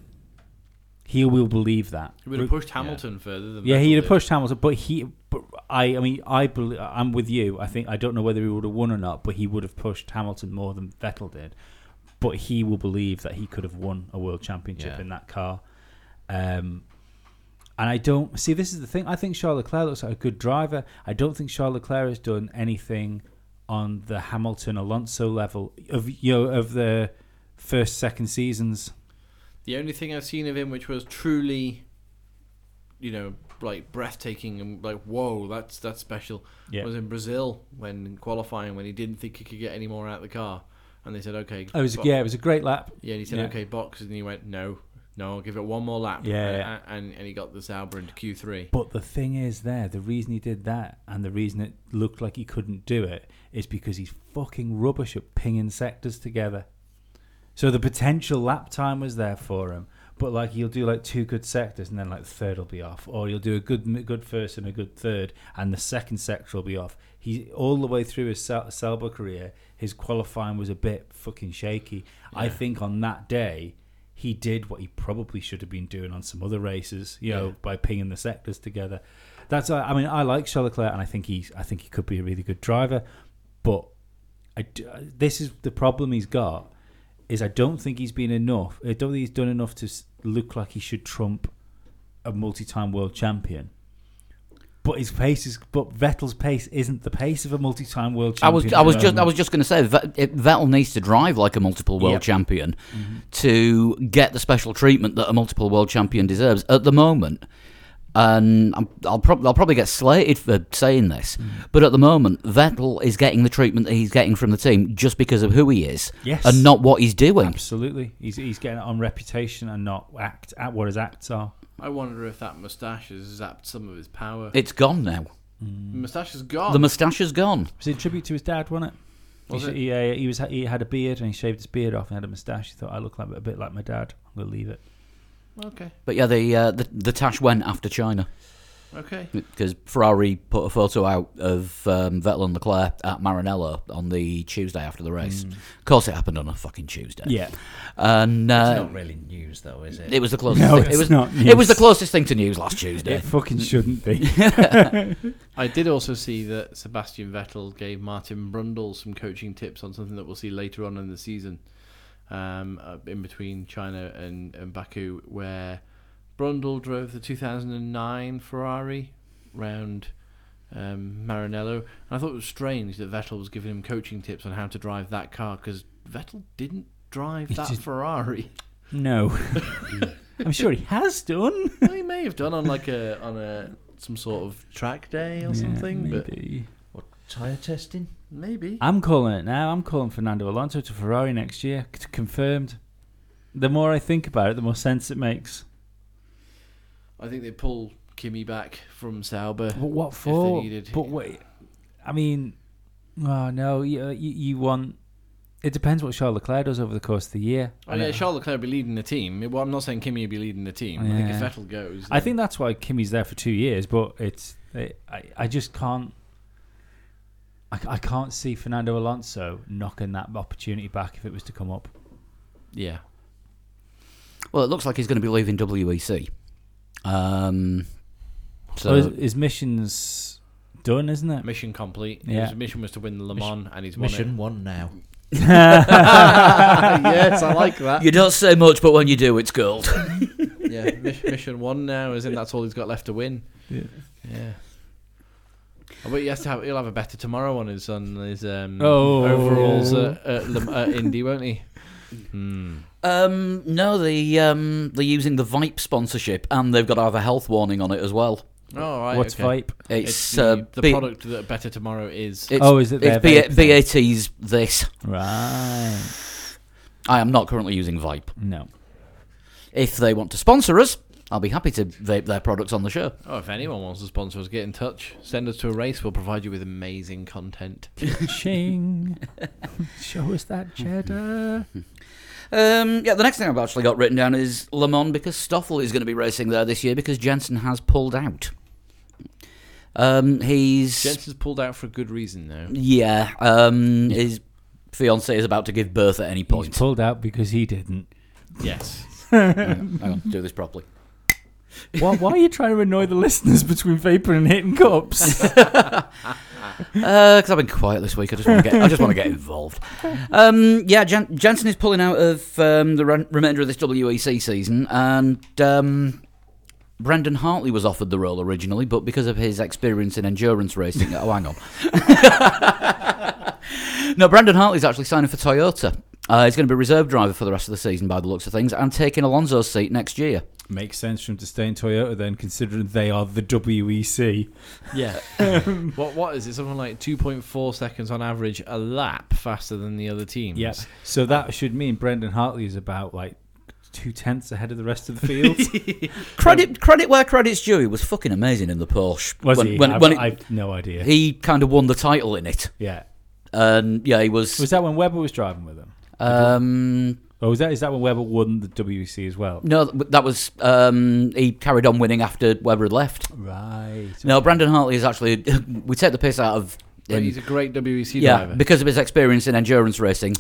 He will believe that. He would have pushed Hamilton further than Yeah, Vettel he'd have did. pushed Hamilton, but he, but I, I mean, I, bel I'm with you. I think I don't know whether he would have won or not, but he would have pushed Hamilton more than Vettel did. But he will believe that he could have won a world championship Yeah. in that car. Um, and I don't see. This is the thing. I think Charles Leclerc looks like a good driver. I don't think Charles Leclerc has done anything on the Hamilton Alonso level of you know, of the first second seasons. The only thing I've seen of him, which was truly, you know, like breathtaking and like whoa, that's that's special, Yeah. was in Brazil when qualifying when he didn't think he could get any more out of the car, and they said okay. It was bo- yeah, it was Oh, a great lap. yeah, and he said yeah. okay, box, and he went no, no, I'll give it one more lap. Yeah, and yeah. and, and he got the Sauber into Q three. But the thing is, there, the reason he did that and the reason it looked like he couldn't do it is because he's fucking rubbish at pinging sectors together. So the potential lap time was there for him, but like he'll do like two good sectors and then like the third will be off, or he'll do a good good first and a good third, and the second sector will be off. He all the way through his Sal- Sauber career, his qualifying was a bit fucking shaky. I think on that day, he did what he probably should have been doing on some other races, you know, Yeah. by pinging the sectors together. That's uh, I mean, I like Charles Leclerc, and I think he's I think he could be a really good driver, but I d- uh, this is the problem he's got is I don't think he's been enough. I don't think he's done enough to s- look like he should trump a multi-time world champion. But his pace is, but Vettel's pace isn't the pace of a multi-time world I champion. was at I the was just I moment. was just going to say Vet- it- Vettel needs to drive like a multiple world Yep. champion to get the special treatment that a multiple world champion deserves at the moment. And I'm, I'll, prob- I'll probably get slated for saying this, but at the moment, Vettel is getting the treatment that he's getting from the team just because of who he is Yes. and not what he's doing. Absolutely, he's he's getting it on reputation and not act at what his acts are. I wonder if that moustache has zapped some of his power. It's gone now. moustache is gone. The moustache is gone. It was a tribute to his dad, wasn't it? Was he, it? He, uh, he was he had a beard and he shaved his beard off and had a moustache. He thought I look like a bit like my dad. I'm gonna leave it. okay, But yeah, the uh, the, the Tash went after China okay. because Ferrari put a photo out of um, Vettel and Leclerc at Maranello on the Tuesday after the Hmm. race. Of course, it happened on a fucking Tuesday. and it's uh, not really news, though, is it? it was the closest. No, thing. it's it was not It was the news. closest thing to news last Tuesday. it fucking shouldn't *laughs* be. I did also see that Sebastian Vettel gave Martin Brundle some coaching tips on something that we'll see later on in the season, um, uh, in between China and, and Baku, where Brundle drove the 2009 Ferrari round um, Maranello. And I thought it was strange that Vettel was giving him coaching tips on how to drive that car because Vettel didn't drive that did- Ferrari. no, *laughs* I'm sure he has done well, he may have done on like a on a some sort of track day or something, but maybe. What, tyre testing? maybe. I'm calling it now. I'm calling Fernando Alonso to Ferrari next year. C- confirmed. The more I think about it, the more sense it makes. I think they pull Kimmy back from Sauber. But what they for? needed- But wait, I mean, oh no, you, you, you want. It depends what Charles Leclerc does over the course of the year. Oh I yeah, don't- Charles Leclerc will be leading the team. Well, I'm not saying Kimmy will be leading the team. I think if Yeah. Vettel goes, I then- think that's why Kimmy's there for two years, but it's it, I I just can't. I, I can't see Fernando Alonso knocking that opportunity back if it was to come up. yeah. Well, it looks like he's going to be leaving WEC. Um, so So *laughs* his, his mission's done, isn't it? Mission complete. Yeah. His mission was to win the Le Mans, and he's Mission won one now. *laughs* it. *laughs* yes, I like that. you don't say much, but when you do, it's gold. yeah, mis- mission one now, as in that's all he's got left to win. Yeah. Yeah. I bet he has to have. He'll have a better tomorrow on his on his um, Oh. overalls at, at, Le- at Indy, won't he? Hmm. um, no, the um, they're using the Vipe sponsorship, and they've got to have a health warning on it as well. Oh, all right. What's okay. Vipe? It's, It's uh, the, the B- product that Better Tomorrow is. It's, Oh, is it their it's B- vape then? BAT's this. Right. I am not currently using Vipe. No. If they want to sponsor us, I'll be happy to vape their products on the show. Oh, if anyone wants to sponsor us, get in touch. Send us to a race. We'll provide you with amazing content. *laughs* Ching. Show us that cheddar. Um, yeah, the next thing I've actually got written down is Le Mans because Stoffel is going to be racing there this year because Jensen has pulled out. Um, he's Jensen's pulled out for a good reason, though. yeah, um, his fiance is about to give birth at any He's point. pulled out because he didn't. Yes. *laughs* hang on, hang on, do this properly. Why, why are you trying to annoy the listeners between vapor and hitting cups? Because Uh, I've been quiet this week, I just want to get I just want to get involved. Um, yeah, Jan- Jansen is pulling out of um, the re- remainder of this WEC season, and um, Brendan Hartley was offered the role originally, but because of his experience in endurance racing, oh hang on, *laughs* no, Brendan Hartley's actually signing for Toyota. Uh, he's going to be reserve driver for the rest of the season, by the looks of things, and taking Alonso's seat next year. *laughs* Makes sense for him to stay in Toyota then, considering they are the E WEC. Yeah. *laughs* what What is it? Something like 2.4 seconds on average a lap faster than the other teams. Yeah. So that should mean Brendan Hartley is about like two tenths ahead of the rest of *laughs* the field. Credit credit where credit's due. He was fucking amazing in the Porsche. Was When- he? when- I've, when it- I've no idea. he kind of won the title in it. yeah. And yeah, he was. Was that when Webber was driving with him? um, Or was that is that when Webber won the WEC as well? no, that was. Um, he carried on winning after Webber had left. Right. No, Brandon Hartley is actually. *laughs* We take the piss out of But him. he's a great WEC yeah, driver. because of his experience in endurance racing.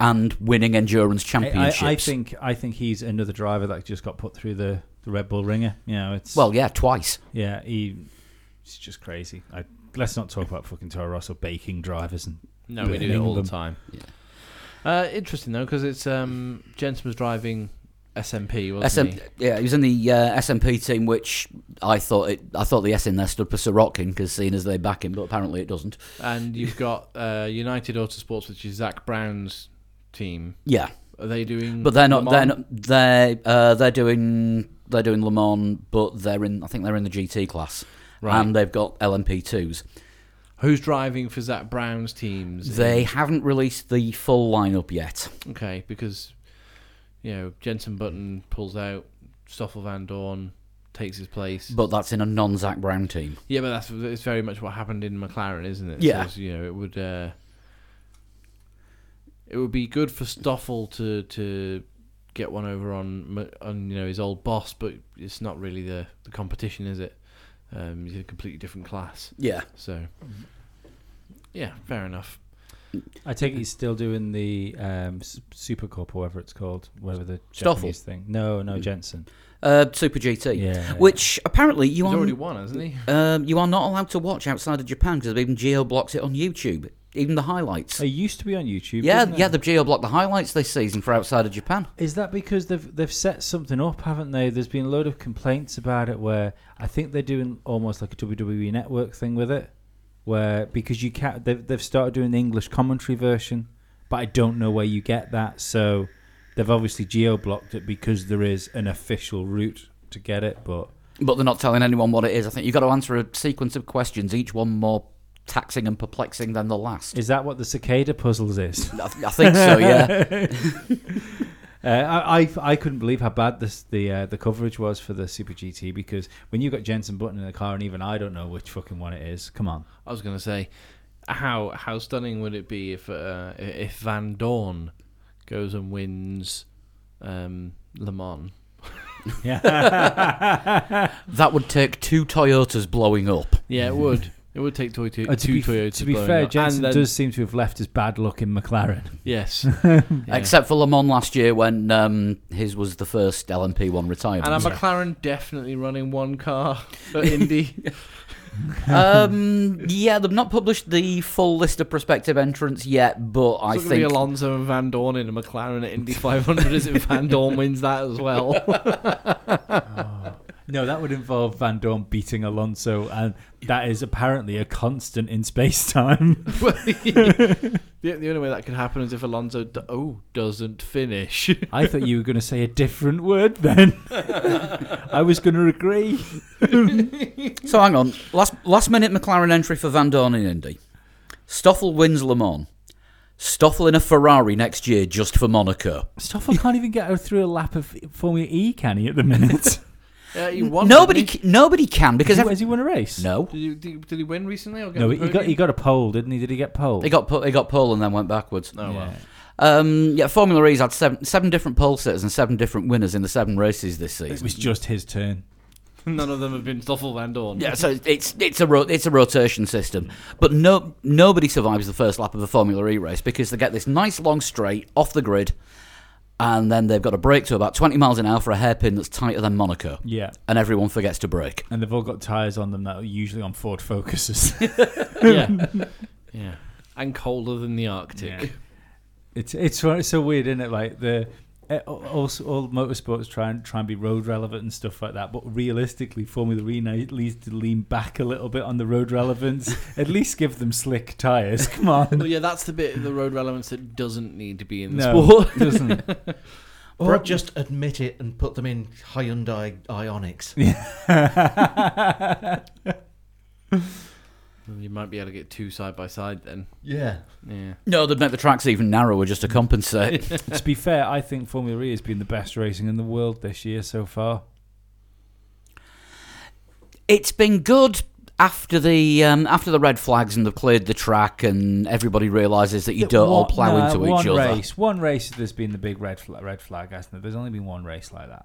and winning endurance I- I, championships. I think I think he's another driver that just got put through the, the Red Bull ringer. You know, it's Well, yeah, twice. yeah, he it's just crazy. I, let's not talk about fucking Toro Rosso baking drivers and No, Yeah. we do it all the England. time. Uh, interesting though, because it's um, Jensen was driving SMP, wasn't SM, he? yeah, he was in the uh, SMP team, which I thought it, I thought the S in there stood for Sorokin because seeing as they back him, but apparently it doesn't. And you've got uh, United Autosports, which is Zach Brown's team. Yeah, Are they doing? but they're not. Le They're Mans? not. They're uh, they're doing they're doing Le Mans, but they're in. I think they're in the GT class, Right. and they've got LMP twos. Who's driving for Zach Brown's teams? They haven't released the full lineup yet. okay because you know Jensen Button pulls out, Stoffel Van Dorn takes his place. But that's in a non-Zach Brown team. Yeah, but that's it's very much what happened in McLaren, isn't it? Yeah. So, it's, you know, it would uh, it would be good for Stoffel to to get one over on M- on you know his old boss, but it's not really the the competition, is it? Um, he's in a completely different class, Yeah. so Mm-hmm. yeah, fair enough. I take it he's still doing the um, S- Super Cup or whatever it's called, whatever the Stoffel. Japanese thing. No, no, Jensen. Uh, Super GT, Yeah. which apparently you he's are already won, hasn't he? um, you are not allowed to watch outside of Japan because even geo blocks it on YouTube, even the highlights. It used to be on YouTube. yeah, didn't it? yeah, they've geo blocked the highlights this season for outside of Japan. Is that because they've they've set something up, haven't they? There's been a load of complaints about it where I think they're doing almost like a WWE network thing with it, where because you can't they've they've started doing the English commentary version, but I don't know where you get that. So they've obviously geo blocked it because there is an official route to get it, but. But they're not telling anyone what it is. I think you've got to answer a sequence of questions, each one more taxing and perplexing than the last. Is that what the cicada puzzles is? *laughs* I, th- I think so, *laughs* yeah. Uh, I, I I couldn't believe how bad this the uh, the coverage was for the Super GT because when you got Jensen Button in the car and even I don't know which fucking one it is. Come *laughs* on, I was gonna say, how how stunning would it be if uh, if Van Dorn goes and wins um, Le Mans? yeah. that would take two Toyotas blowing up. Yeah, it *laughs* would. It would take Toy Uh, two *laughs* to be, Toyotas. to be blowing fair, up. Jensen And then- does seem to have left his bad luck in McLaren. *laughs* *laughs* Yes. Yeah. Except for Le Mans last year when um, his was the first LMP1 and a retirement. McLaren definitely running one *laughs* car at Indy. um, yeah, they've not published the full list of prospective entrants yet, but I it's going to think be Alonso and Van Dorn in a McLaren at Indy 500 is it Van Dorn wins that as *laughs* well. *laughs* No, that would involve Van Dorn beating Alonso, and that is apparently a constant in space time. the, the only way that could happen is if Alonso do- oh doesn't finish. *laughs* *laughs* I thought you were going to say a different word *laughs* then. I was going to agree. So hang on. Last last minute McLaren entry for Van Dorn in Indy. Stoffel wins Le Mans. Stoffel in a Ferrari next year just for Monaco. Stoffel can't even get her through a lap of Formula E, can he, at the *laughs* minute? Uh, he won, nobody didn't c- nobody can because Has he- every- has he won a race? no. he? Did, he, did, he- did he win recently? Or get No, the he got he podium? got a pole, didn't he? Did he get pole? He got pu- he got pole and then went backwards. Oh well. Um, yeah, Formula E's had seven seven different pole sitters and seven different winners in the seven races this It season. was just his turn. *laughs* None of them have been Stoffel Van Dorn. Yeah, so it's it's a ro- it's a rotation system, but no nobody survives the first lap of a Formula E race because they get this nice long straight off the grid, and then they've got to brake to about twenty miles an hour for a hairpin that's tighter than Monaco, Yeah, and everyone forgets to brake. and they've all got tires on them that are usually on Ford *laughs* Focuses. *laughs* *laughs* yeah. yeah. And colder than the Arctic. Yeah. it's it's so- it's so weird, isn't it? Like the. eh, all- All, all motorsports try and try and be road relevant and stuff like that, but realistically, Formula E needs to lean back a little bit on the road *laughs* relevance. At least give them slick tires. Come on, *laughs* Well, yeah, that's the bit of the road relevance that doesn't need to be in the no, it doesn't. Or just admit it and put them in Hyundai Ionics. *laughs* *laughs* sport. You might be able to get two side by side then. Yeah. Yeah. No, they've made the tracks even narrower just to compensate. to be fair, I think Formula E has been the best racing in the world this year so far. it's been good after the um, after the red flags and they've cleared the track and everybody realizes that you don't all One- plow no, into one each other. race. One race has been the big red flag, red flag, hasn't there? There's only been one race like that.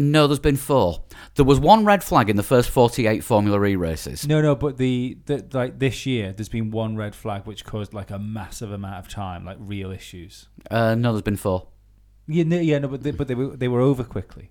No, there's been four. There was one red flag in the first 48 Formula E races. No, no, but the, the like this year, there's been one red flag which caused like a massive amount of time, like real issues. Uh, no, there's been four. Yeah, no, yeah, no, but they, but they were they were over quickly.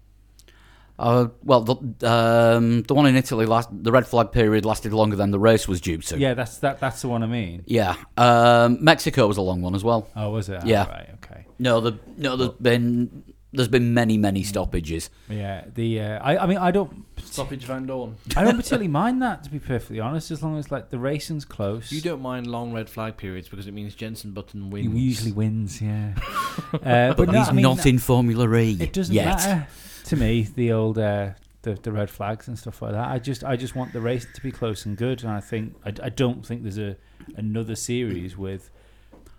Uh, well, the, um, the one in Italy, last, the red flag period lasted longer than the race was due to. Yeah, that's that that's the one I mean. Yeah. Um, Mexico was a long one as well. Oh, was it? Ah, Yeah. right, okay. No, the, no, there's been there's been many many stoppages. Yeah, the uh, I I mean I don't Stoppage Van Dorn. I don't particularly mind that to be perfectly honest, as long as like the racing's close. You don't mind long red flag periods because it means Jensen Button He wins. usually wins, yeah. uh, but But no, he's I mean, not in Formula E It doesn't yet. matter to me the old uh, the the red flags and stuff like that. I just I just want the race to be close and good, and I think I, I don't think there's a another series with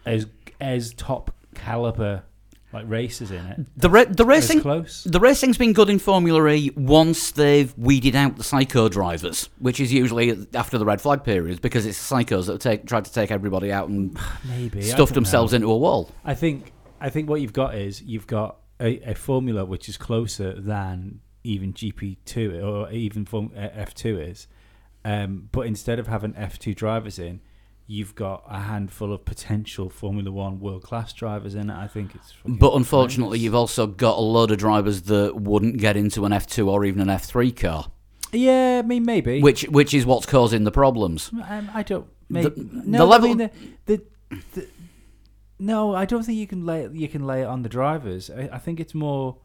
as as top caliber like races in it. The ra- the As racing close. the racing's been good in Formula E once they've weeded out the psycho drivers, which is usually after the red flag period because it's the psychos that take tried to take everybody out *sighs* and Maybe I stuffed don't themselves know. into a wall. I think I think what you've got is you've got a, a formula which is closer than even GP two or even uh, F two is, um, but instead of having F two drivers in, you've got a handful of potential Formula One world class drivers in it. I think it's fucking But unfortunately, horrendous. you've also got a load of drivers that wouldn't get into an F2 or even an F3 car, yeah, I mean maybe which which is what's causing the problems. um, I don't The- make no. the I level- mean, the, the, the- no, I don't think you can lay you can lay it on the drivers. I, I think it's more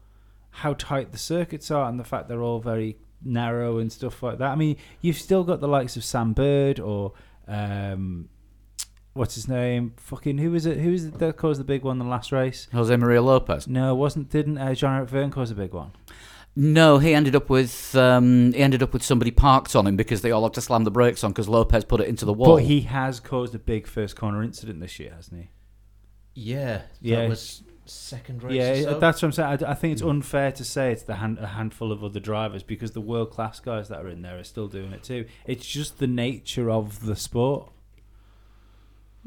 how tight the circuits are and the fact they're all very narrow and stuff like that. I mean, you've still got the likes of Sam Bird or um, what's his name? Fucking who was it? Who was it that caused the big one in the last race? Jose Maria Lopez. No, it wasn't didn't uh, Jean Eric Verne cause a big one? No, he ended up with um, he ended up with somebody parked on him because they all had to slam the brakes on because Lopez put it into the wall. But he has caused a big first corner incident this year, hasn't he? Yeah, Yeah. that was second race. Yeah, or so. that's what I'm saying. I d- I, think it's Hmm. unfair to say it's the hand, a handful of other drivers because the world class guys that are in there are still doing it too. It's just the nature of the sport.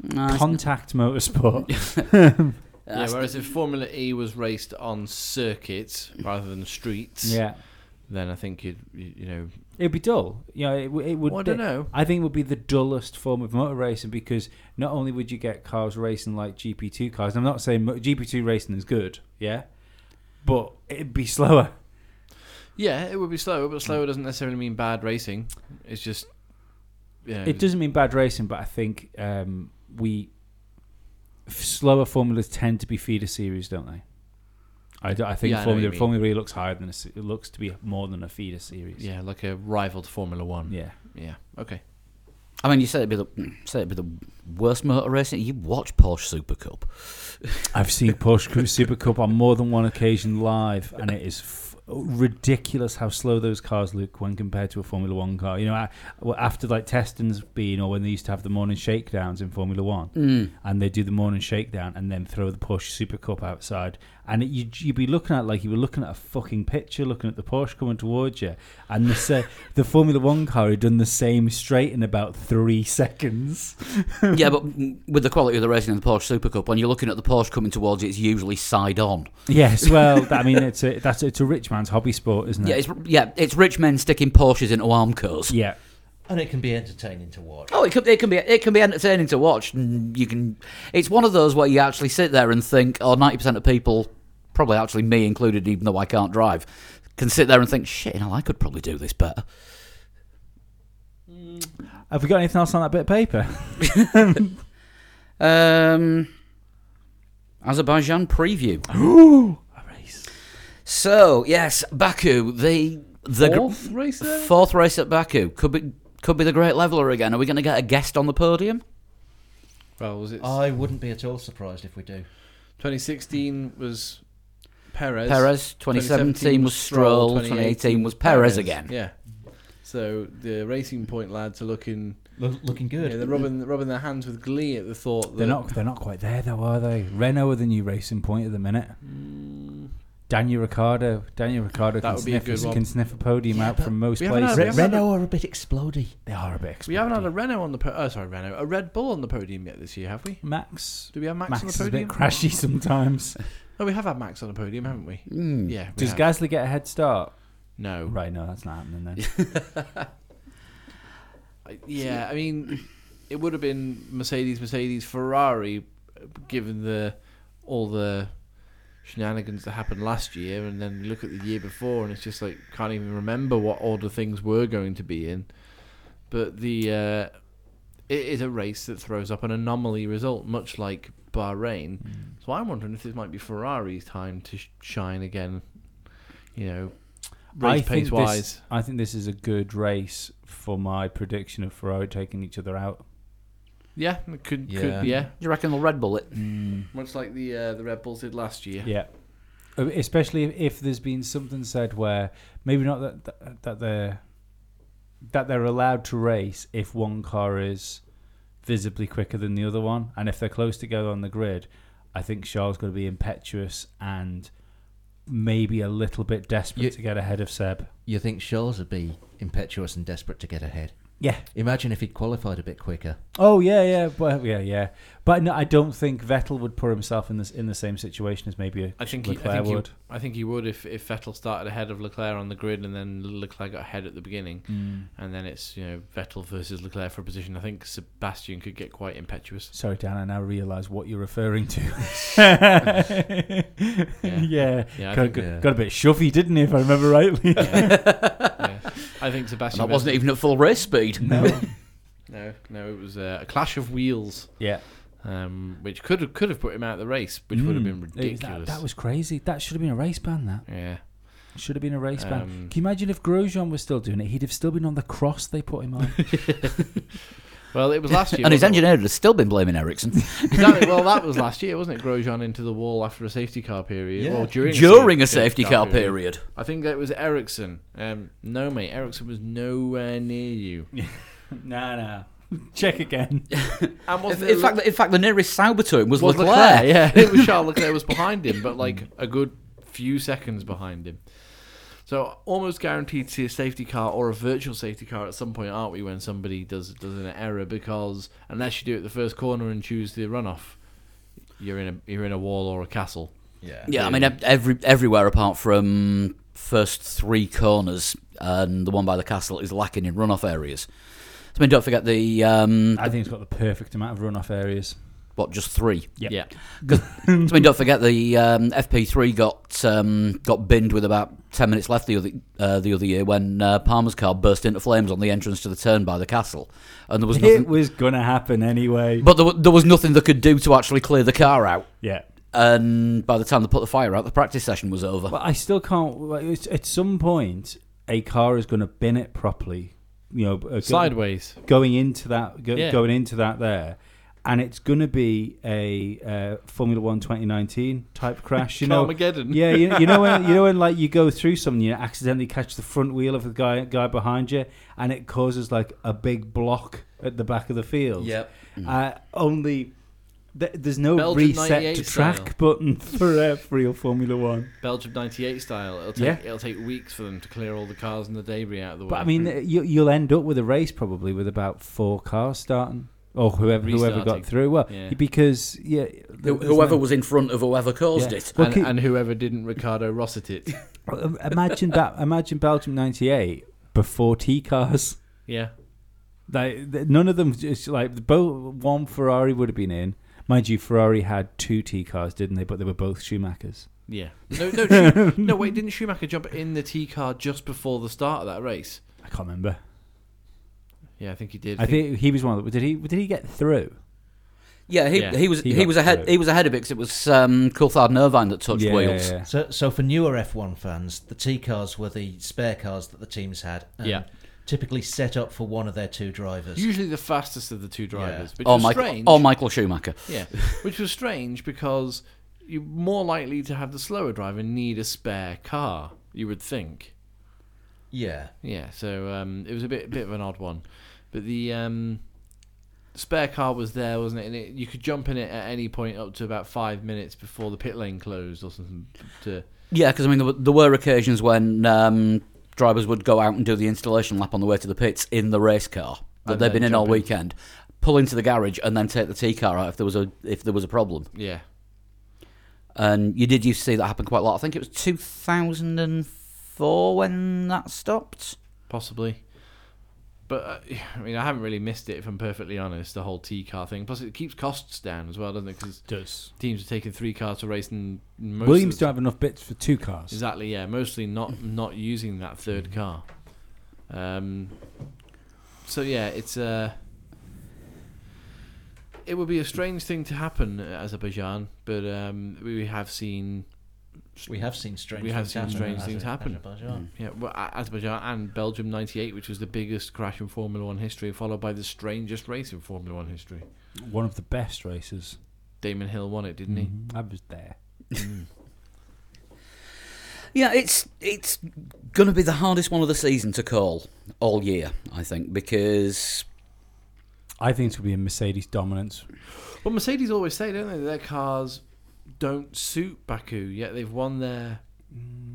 No, Ah, it's- Contact motorsport. Yeah, whereas if Formula E was raced on circuits rather than streets, yeah, then I think you'd, you, you know. it'd be dull. You know, it, w- it would. Well, I be- don't know. I think it would be the dullest form of motor racing because not only would you get cars racing like GP2 cars. I'm not saying mo- GP2 racing is good. Yeah, but it'd be *laughs* slower. Yeah, it would be slower, but Mm. slower doesn't necessarily mean bad racing. It's just. Yeah, It doesn't mean bad racing, but I think um, we f- slower formulas tend to be feeder series, don't they? I, d- I think Yeah, I know what you Formula mean. Formula E looks higher than a, se- it looks to be more than a feeder series. Yeah, like a rivaled Formula One. yeah. Yeah. Okay. I mean, you said it'd be the mm, said it'd be the worst motor racing. You watch Porsche Super Cup. I've seen Porsche Cru- Super Cup on more than one occasion live, and it is f- ridiculous how slow those cars look when compared to a Formula One car. You know, I, well, after like testing's been, or when they used to have the morning shakedowns in Formula One, and they do the morning shakedown and then throw the Porsche Super Cup outside, and it, you, you'd be looking at it like you were looking at a fucking picture, looking at the Porsche coming towards you, and the sa- *laughs* the Formula One car had done the same straight in about three seconds. yeah, but with the quality of the racing in the Porsche Super Cup, when you're looking at the Porsche coming towards you, it's usually side on. Yes, well, I mean, it's a that's it's a rich man's hobby sport, isn't it? Yeah, it's yeah, it's rich men sticking Porsches into armcos. Yeah. and it can be entertaining to watch. Oh, it can, it can be it can be entertaining to watch. and You can. It's one of those where you actually sit there and think, or ninety percent of people, probably actually me included, even though I can't drive, can sit there and think, shit, hell, I could probably do this better. Have we got anything else on that bit of paper? *laughs* Um, Azerbaijan preview. A race. So yes, Baku, the the gr- Fourth race there? fourth race at Baku could be could be the great leveler again. Are we going to get a guest on the podium? Well, was it I wouldn't be at all surprised if we do. 2016 was Perez. Perez, 2017 was Stroll, 2018 was Perez again. Yeah. So the racing point lads are looking. Lo- looking Yeah, good. they're rubbing rubbing their hands with glee at the thought. That, They're not. They're not quite there though, are they? Renault are the new racing point at the minute. Daniel Ricciardo. Daniel Ricciardo Mm. That can would be a sniff, good one. can sniff a podium Yeah, out but from most we haven't had- places. we Re- haven't had Renault are a bit explodey. they are a bit. Expensive. We haven't had a Renault on the. Po- oh, sorry, Renault. A Red Bull on the podium yet this year, have we? Max. Do we have Max, Max on the is a bit podium? *laughs* crashy sometimes. Oh, we have had Max on the podium, haven't we? Hmm. Yeah. We Mm. Does have. Gasly get a head start? no. Right, no, that's not *laughs* happening then. I- Yeah, I mean, it would have been Mercedes, Mercedes, Ferrari, given the all the shenanigans that happened last year, and then you look at the year before, and it's just like can't even remember what order things were going to be in. But the uh, it is a race that throws up an anomaly result, much like Bahrain. Mm. So I'm wondering if this might be Ferrari's time to sh- shine again. You know, race pace think this- wise. I think this is a good race for my prediction of Ferrari taking each other out. Yeah, it could Yeah. could yeah. You reckon they'll Red Bull it? Much like the uh, the Red Bulls did last year. Yeah. Uh, Especially if, if there's been something said where maybe not that, that that they're that they're allowed to race if one car is visibly quicker than the other one, and if they're close together on the grid, I think Charles going to be impetuous and maybe a little bit desperate You- to get ahead of Seb. You think Charles would be impetuous and desperate to get ahead? Yeah. Imagine if he'd qualified a bit quicker. Oh yeah, yeah, but yeah, yeah, but no, I don't think Vettel would put himself in this in the same situation as maybe a I think he, I Leclerc think he, would. I think he would if, if Vettel started ahead of Leclerc on the grid and then Leclerc got ahead at the beginning and then it's you know Vettel versus Leclerc for a position. I think Sebastian could get quite impetuous. Sorry, Dan. I now realise what you're *laughs* referring to. *laughs* yeah, Yeah, I got, think- got- yeah. got a bit shovey, didn't he? If I remember rightly. Yeah. I think And Sebastian. that wasn't even at full race speed. *laughs* no. Vettel- *laughs* No, no, it was uh, a clash of wheels, Yeah, um, which could have could have put him out of the race, which would have been Mm. It was- ridiculous. that- That, was crazy. That should have been a race ban. That yeah. should have been a race ban. Um, Can you imagine if Grosjean was still doing it? He'd have still been on the cross they put *laughs* him on. *laughs* Well, it was last year. And his wasn't it? engineer has still been blaming Ericsson. *laughs* Exactly. Well, that was last year, wasn't it? Grosjean into the wall after a safety car period. Yeah. Well, during during a safety car period. I think that was Ericsson. Um, no, mate, Ericsson was nowhere near you. nah, nah. Check again. And In, wasn't in it fact, in fact, the nearest Sauber to him was, was Leclerc. *laughs* yeah, *laughs* it was Charles Leclerc was behind him, but like a good few seconds behind him. So almost guaranteed to see a safety car or a virtual safety car at some point, aren't we? When somebody does does an error because unless you do it at the first corner and choose the runoff, you're in a you're in a wall or a castle. Yeah. Yeah, I mean ev- every everywhere apart from first three corners and the one by the castle is lacking in runoff areas. I mean, don't forget the um, I think he's got the perfect amount of runoff areas. what just three. Yep. Yeah, *laughs* I mean, don't forget the um, FP3 got um, got binned with about ten minutes left the other uh, the other year when uh, Palmer's car burst into flames on the entrance to the turn by the castle, and there was It nothing. was gonna happen anyway. But there, wa- there was nothing they could do to actually clear the car out. yeah. And by the time they put the fire out, the practice session was over. But I still can't. like, it's- At some point, a car is going to bin it properly. You know, uh, go- sideways. going into that, go, Yeah. going into that there, and it's going to be a uh, Formula One 2019 type crash. *laughs* You know, Carmageddon. yeah, you, you know when *laughs* you know when like you go through something, you accidentally catch the front wheel of the guy guy behind you, and it causes like a big block at the back of the field. Yep. Uh, only. Th- there's no Belgium reset 98 to track style. button *laughs* for uh, for real Formula One. Belgium '98 style. It'll take Yeah. it'll take weeks for them to clear all the cars and the debris out of the way. But I mean, you, you'll end up with a race probably with about four cars starting, or whoever whoever Restarting. got through. Well, Yeah. because yeah, th- Who- there's Whoever no- was in front of whoever caused Yeah. it. Well, and, keep- and whoever didn't, Ricardo Rosset *laughs* it. Uh, imagine that. Imagine Belgium '98 before T cars. Yeah, Like th- none of them just like the both one Ferrari would have been in. Mind you, Ferrari had two T cars, didn't they? But they were both Schumachers. *laughs* yeah. No, no, Schu- no. Wait, didn't Schumacher jump in the T car just before the start of that race? I can't remember. Yeah, I think he did. I think he was one of the. Did he? Did he get through? Yeah, he, Yeah. he was He he, got was ahead through. he was ahead of it 'cause it was um, Coulthard and Irvine that touched yeah, wheels. yeah, yeah. So, so for newer F1 fans, the T cars were the spare cars that the teams had. And Yeah. Typically set up for one of their two drivers. usually the fastest of the two drivers, Yeah. Or which Oh was Michael, strange. or Michael Schumacher. Yeah, which was strange because you're more likely to have the slower driver need a spare car. You would think. yeah. Yeah, so um, it was a bit bit of an odd one, but the um, spare car was there, wasn't it? And it, you could jump in it at any point up to about five minutes before the pit lane closed or something. To Yeah, because I mean there were, there were occasions when um, drivers would go out and do the installation lap on the way to the pits in the race car that And they've then been in all jump in. weekend, pull into the garage and then take the T car out if there was a if there was a problem. yeah, and you did used to see that happen quite a lot. I think it was 2004 when that stopped. possibly. But uh, I mean, I haven't really missed it if I'm perfectly honest. The whole T car thing. Plus, it keeps costs down as well, doesn't it? Because Does teams are taking three cars to race, and most Williams of the- don't have enough bits for two cars? exactly yeah, mostly not not using that third car. Um. So yeah, it's Uh, it would be a strange thing to happen at Azerbaijan, but um, we have seen We have seen strange. We have things seen happen strange in things happen. Azerbaijan. Yeah, well, A- Azerbaijan and Belgium '98, which was the biggest crash in Formula One history, followed by the strangest race in Formula One history. One of the best races. Damon Hill won it, didn't he? Mhm. I was there. Yeah, it's it's going to be the hardest one of the season to call all year, I think, because I think it's going to be a Mercedes dominance. Well, Mercedes always say, don't they, that their cars don't suit Baku. Yet they've won there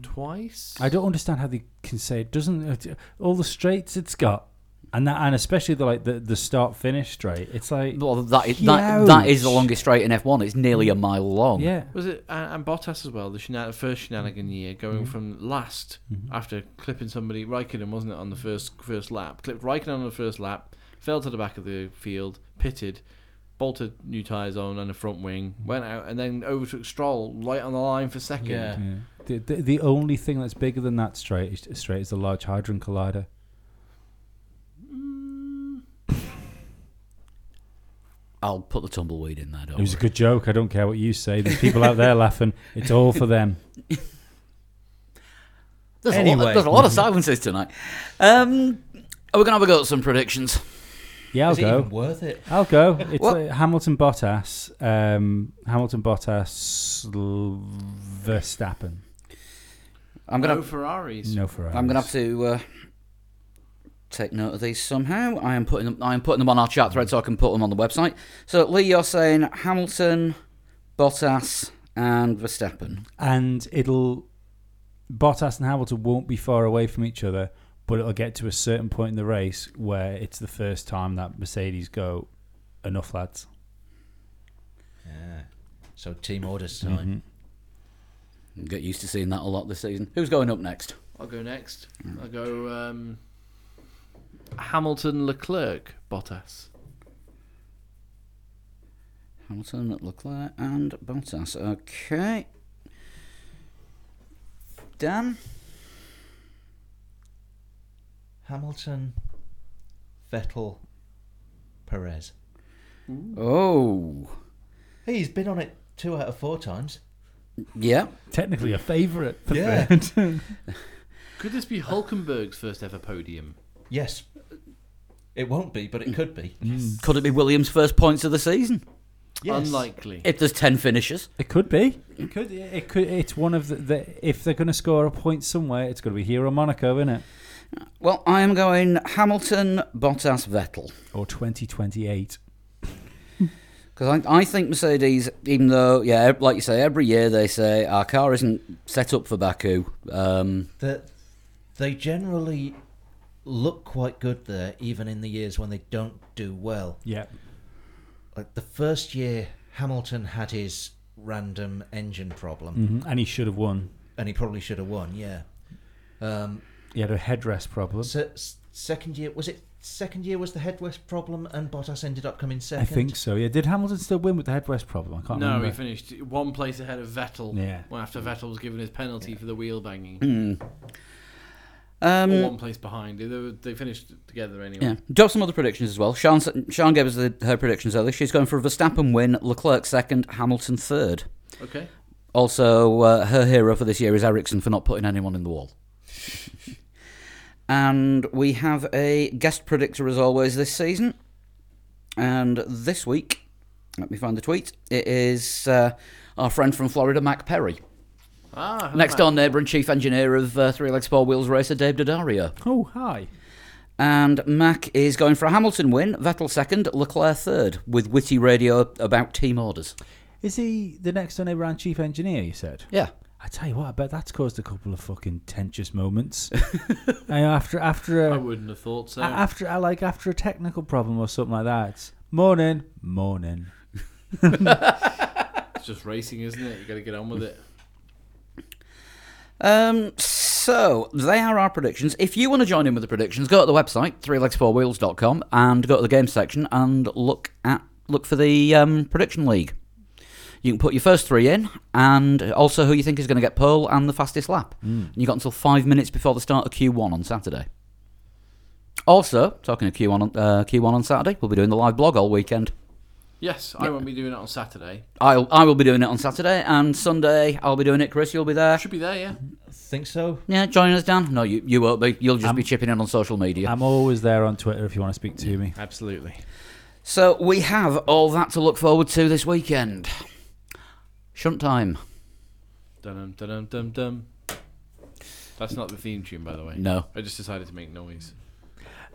twice. I don't understand how they can say it doesn't. it- All the straights it's got, and that, and especially the like the, the start finish straight. It's like well, that is, that, that is the Huge. longest straight in F1. It's nearly a mile long. yeah, Was it uh, and, and Bottas as well? The shenan- first shenanigan year, going from last after clipping somebody Raikkonen, wasn't it, on the first first lap? Clipped Raikkonen on the first lap, fell to the back of the field, pitted, bolted new tyres on and a front wing, went out and then overtook Stroll right on the line for second. Yeah. yeah. The, the the only thing that's bigger than that straight is straight is the Large Hadron Collider. I'll put the tumbleweed in there. Don't It was a worry. good joke. I don't care what you say. There's people out there *laughs* laughing. It's all for them. There's, a, Anyway. lot, there's a lot of silences tonight. Um, are we going to have a go at some predictions? Mm. Yeah, I'll Is it even go. worth it? I'll go. It's What? uh, Hamilton Bottas. Um, Hamilton Bottas. Sl- Verstappen. I'm No going to Ferraris. No Ferrari. I'm going to have to uh, take note of these somehow. I am putting them, I am putting them on our chat thread so I can put them on the website. So Lee, you're saying Hamilton, Bottas, and Verstappen. and it'll Bottas and Hamilton won't be far away from each other, but it'll get to a certain point in the race where it's the first time that Mercedes go enough lads. Yeah. So team orders time. Get used to seeing that a lot this season. Who's going up next? I'll go next. I'll go um, Hamilton, Leclerc, Bottas. Hamilton, Leclerc, and Bottas. Okay. Dan, Mm-hmm. Hamilton, Vettel, Perez. oh, Hey, he's been on it two out of four times. yeah. Technically a favourite. for Yeah. the- Could this be Hulkenberg's first ever podium? *laughs* Yes. It won't be, but it could be. Could it be Williams' first points of the season? Yes. Unlikely. If there's ten finishes, it could be. It could. It could. It's one of the. the if they're going to score a point somewhere, it's going to be here or Monaco, isn't it? well, I am going Hamilton, Bottas, Vettel. Or twenty twenty eight. Because I, I think Mercedes, even though, yeah, ev- like you say, every year they say our car isn't set up for Baku. Um, That they generally look quite good there, even in the years when they don't do well. Yeah. Like the first year, Hamilton had his random engine problem, hmm And he should have won. and he probably should have won. Yeah. Um, He had a headrest problem. se- s- second year was it? Second year was the headwest problem, and Bottas ended up coming second. I think so. Yeah. Did Hamilton still win with the headrest problem? I can't No, remember. he finished one place ahead of Vettel. Yeah. Well, after Vettel was given his penalty for the wheel banging, or Hmm. um, one place behind. They, were- they finished together anyway. yeah. Do have some other predictions as well. Sean, Sean gave us the, her predictions earlier. She's going for a Verstappen win, Leclerc second, Hamilton third. Okay. Also, uh, her hero for this year is Ericsson for not putting anyone in the wall. *laughs* and we have a guest predictor as always this season. And this week, let me find the tweet. It is uh, our friend from Florida, Mac Perry. Ah. who Next am door neighbour and chief engineer of uh, Three Legs Four Wheels racer Dave Daddario. Oh hi. And Mac is going for a Hamilton win, Vettel second, Leclerc third, with witty radio about team orders. Is he the next door neighbour and chief engineer? You said. Yeah. I tell you what, I bet that's caused a couple of fucking tensious moments. *laughs* I know, after after I a, wouldn't have thought so. a- after a, like after a technical problem or something like that. It's, morning, morning. life's just racing, isn't it? You got to get on with it. Um, so they are our predictions. If you want to join in with the predictions, go to the website threelegs4wheels.com and go to the game section and look at look for the um, prediction league. You can put your first three in, and also who you think is going to get pole and the fastest lap. And you got until five minutes before the start of Q1 on Saturday. Also, talking of Q1 on uh, Q1 on Saturday, we'll be doing the live blog all weekend. Yes, I won't be doing it on Saturday. I'll I will be doing it on Saturday and Sunday. I'll be doing it. Chris, you'll be there. I should be there, yeah. Mm-hmm. Think so? Yeah, join us, Dan. No, you, you won't be. You'll just be chipping in on social media. I'm always there on Twitter if you want to speak to me. Absolutely. so we have all that to look forward to this weekend. Shunt time. Dum dum dum dum dum. That's not the theme tune, by the way. No. I just decided to make noise.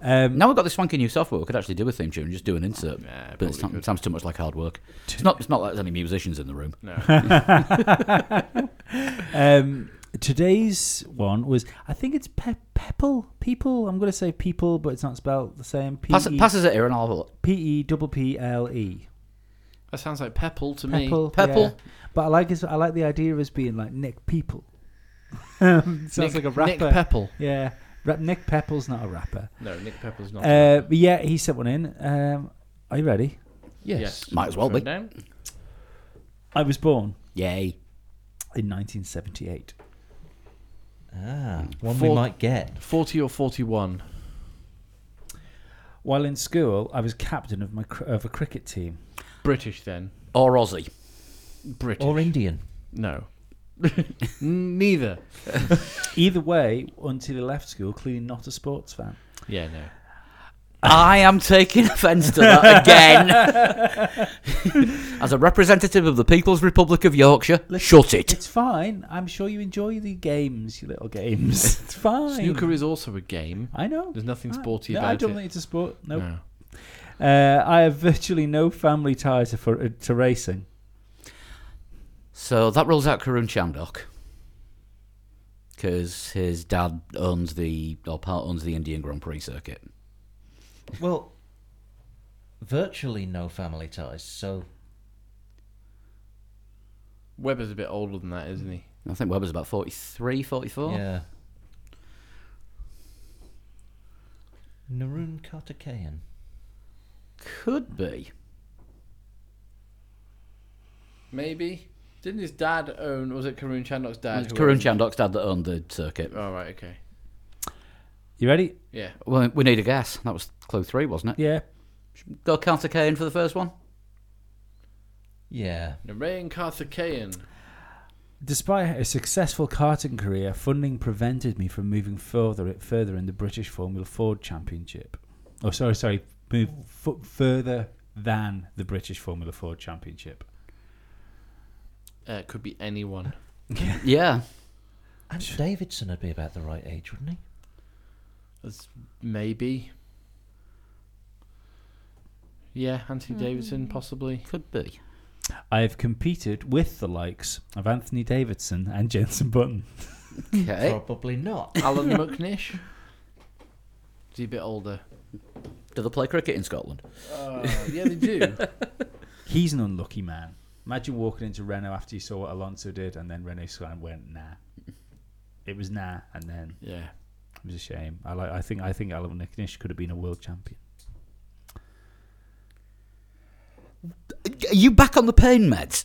Um, Now we've got this funky new software. We could actually do a theme tune and just do an insert. but Yeah, it probably sounds, could. sounds too much like hard work. It's not. It's not like there's any musicians in the room. No. *laughs* um, today's one was, I think it's pe- Pepple people. I'm going to say people, but it's not spelled the same. P Pass, E- passes it here and I'll have a look. P E double P L E. that sounds like Pepple to me. Pepple. Pepple. yeah. But I like his, I like the idea of us being like Nick People. *laughs* Sounds Nick, like a rapper. Nick Pepple. yeah. Rap- Nick Pepple's not a rapper. No, Nick Pepple's not. Uh, but yeah, he sent one in. Um, are you ready? Yes. Might as well be. Throw it down. I was born Yay. in 1978. Ah, one we Four- might get. 40 or 41. While in school, I was captain of my cr- of a cricket team. British then. Or Aussie. British. Oh. Or Indian. no. Neither. Either way, until he left school, clearly not a sports fan. Yeah, no. I am taking offence to that *laughs* again. As a representative of the People's Republic of Yorkshire, shut it. It's fine. I'm sure you enjoy the games, you little games. *laughs* It's fine. Snooker is also a game. I know. There's nothing I- sporty no, about I don't it. think it's a sport. Nope. No. Uh, I have virtually no family ties for, uh, to racing. So that rules out Karun Chandok. Because his dad owns the or part owns the Indian Grand Prix circuit. Well, virtually no family ties, so Webber's a bit older than that, isn't he? I think Webber's about 43, 44. yeah. Narun Kartikeyan. Could be. Maybe. Didn't his dad own? Was it Karun Chandok's dad? It's who Karun owned- Chandok's dad that owned the circuit. Oh right, okay. You ready? Yeah. Well, we need a guess. That was clue three, wasn't it? Yeah. Go Carter Kane for the first one. Yeah. Narayan Karthikeyan. Despite a successful karting career, funding prevented me from moving further further in the British Formula Ford Championship. Oh, sorry, sorry, move f- further than the British Formula Ford Championship. Uh, it could be anyone. Yeah. And Davidson would be about the right age, wouldn't he? That's maybe. Yeah, Anthony Hmm. Davidson possibly. Could be. I have competed with the likes of Anthony Davidson and Jenson Button. Okay. Probably *laughs* not. Alan McNish. Is he a bit older? Do they play cricket in Scotland? Uh, yeah, they do. He's an unlucky man. Imagine walking into Renault after you saw what Alonso did, and then Renault Sky went nah. It was nah, and then *laughs* yeah. it was a shame. I like. I think. I think Alan McNish could have been a world champion. Are you back on the pain meds?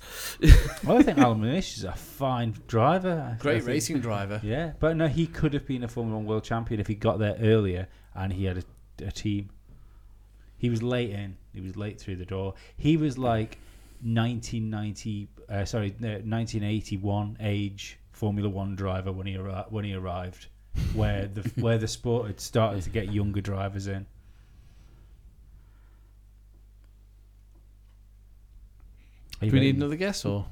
Well, I think Alan Munish is a fine driver. I- I Great think- racing driver. Yeah, but no, he could have been a Formula One world champion if he got there earlier and he had a, a team. He was late in. He was late through the door. He was like 1990, uh, sorry, no, 1981 age Formula One driver when he arri- when he arrived, where *laughs* the *laughs* where the sport had started to get younger drivers in. Are you Do we ready? need another Uh, guess or?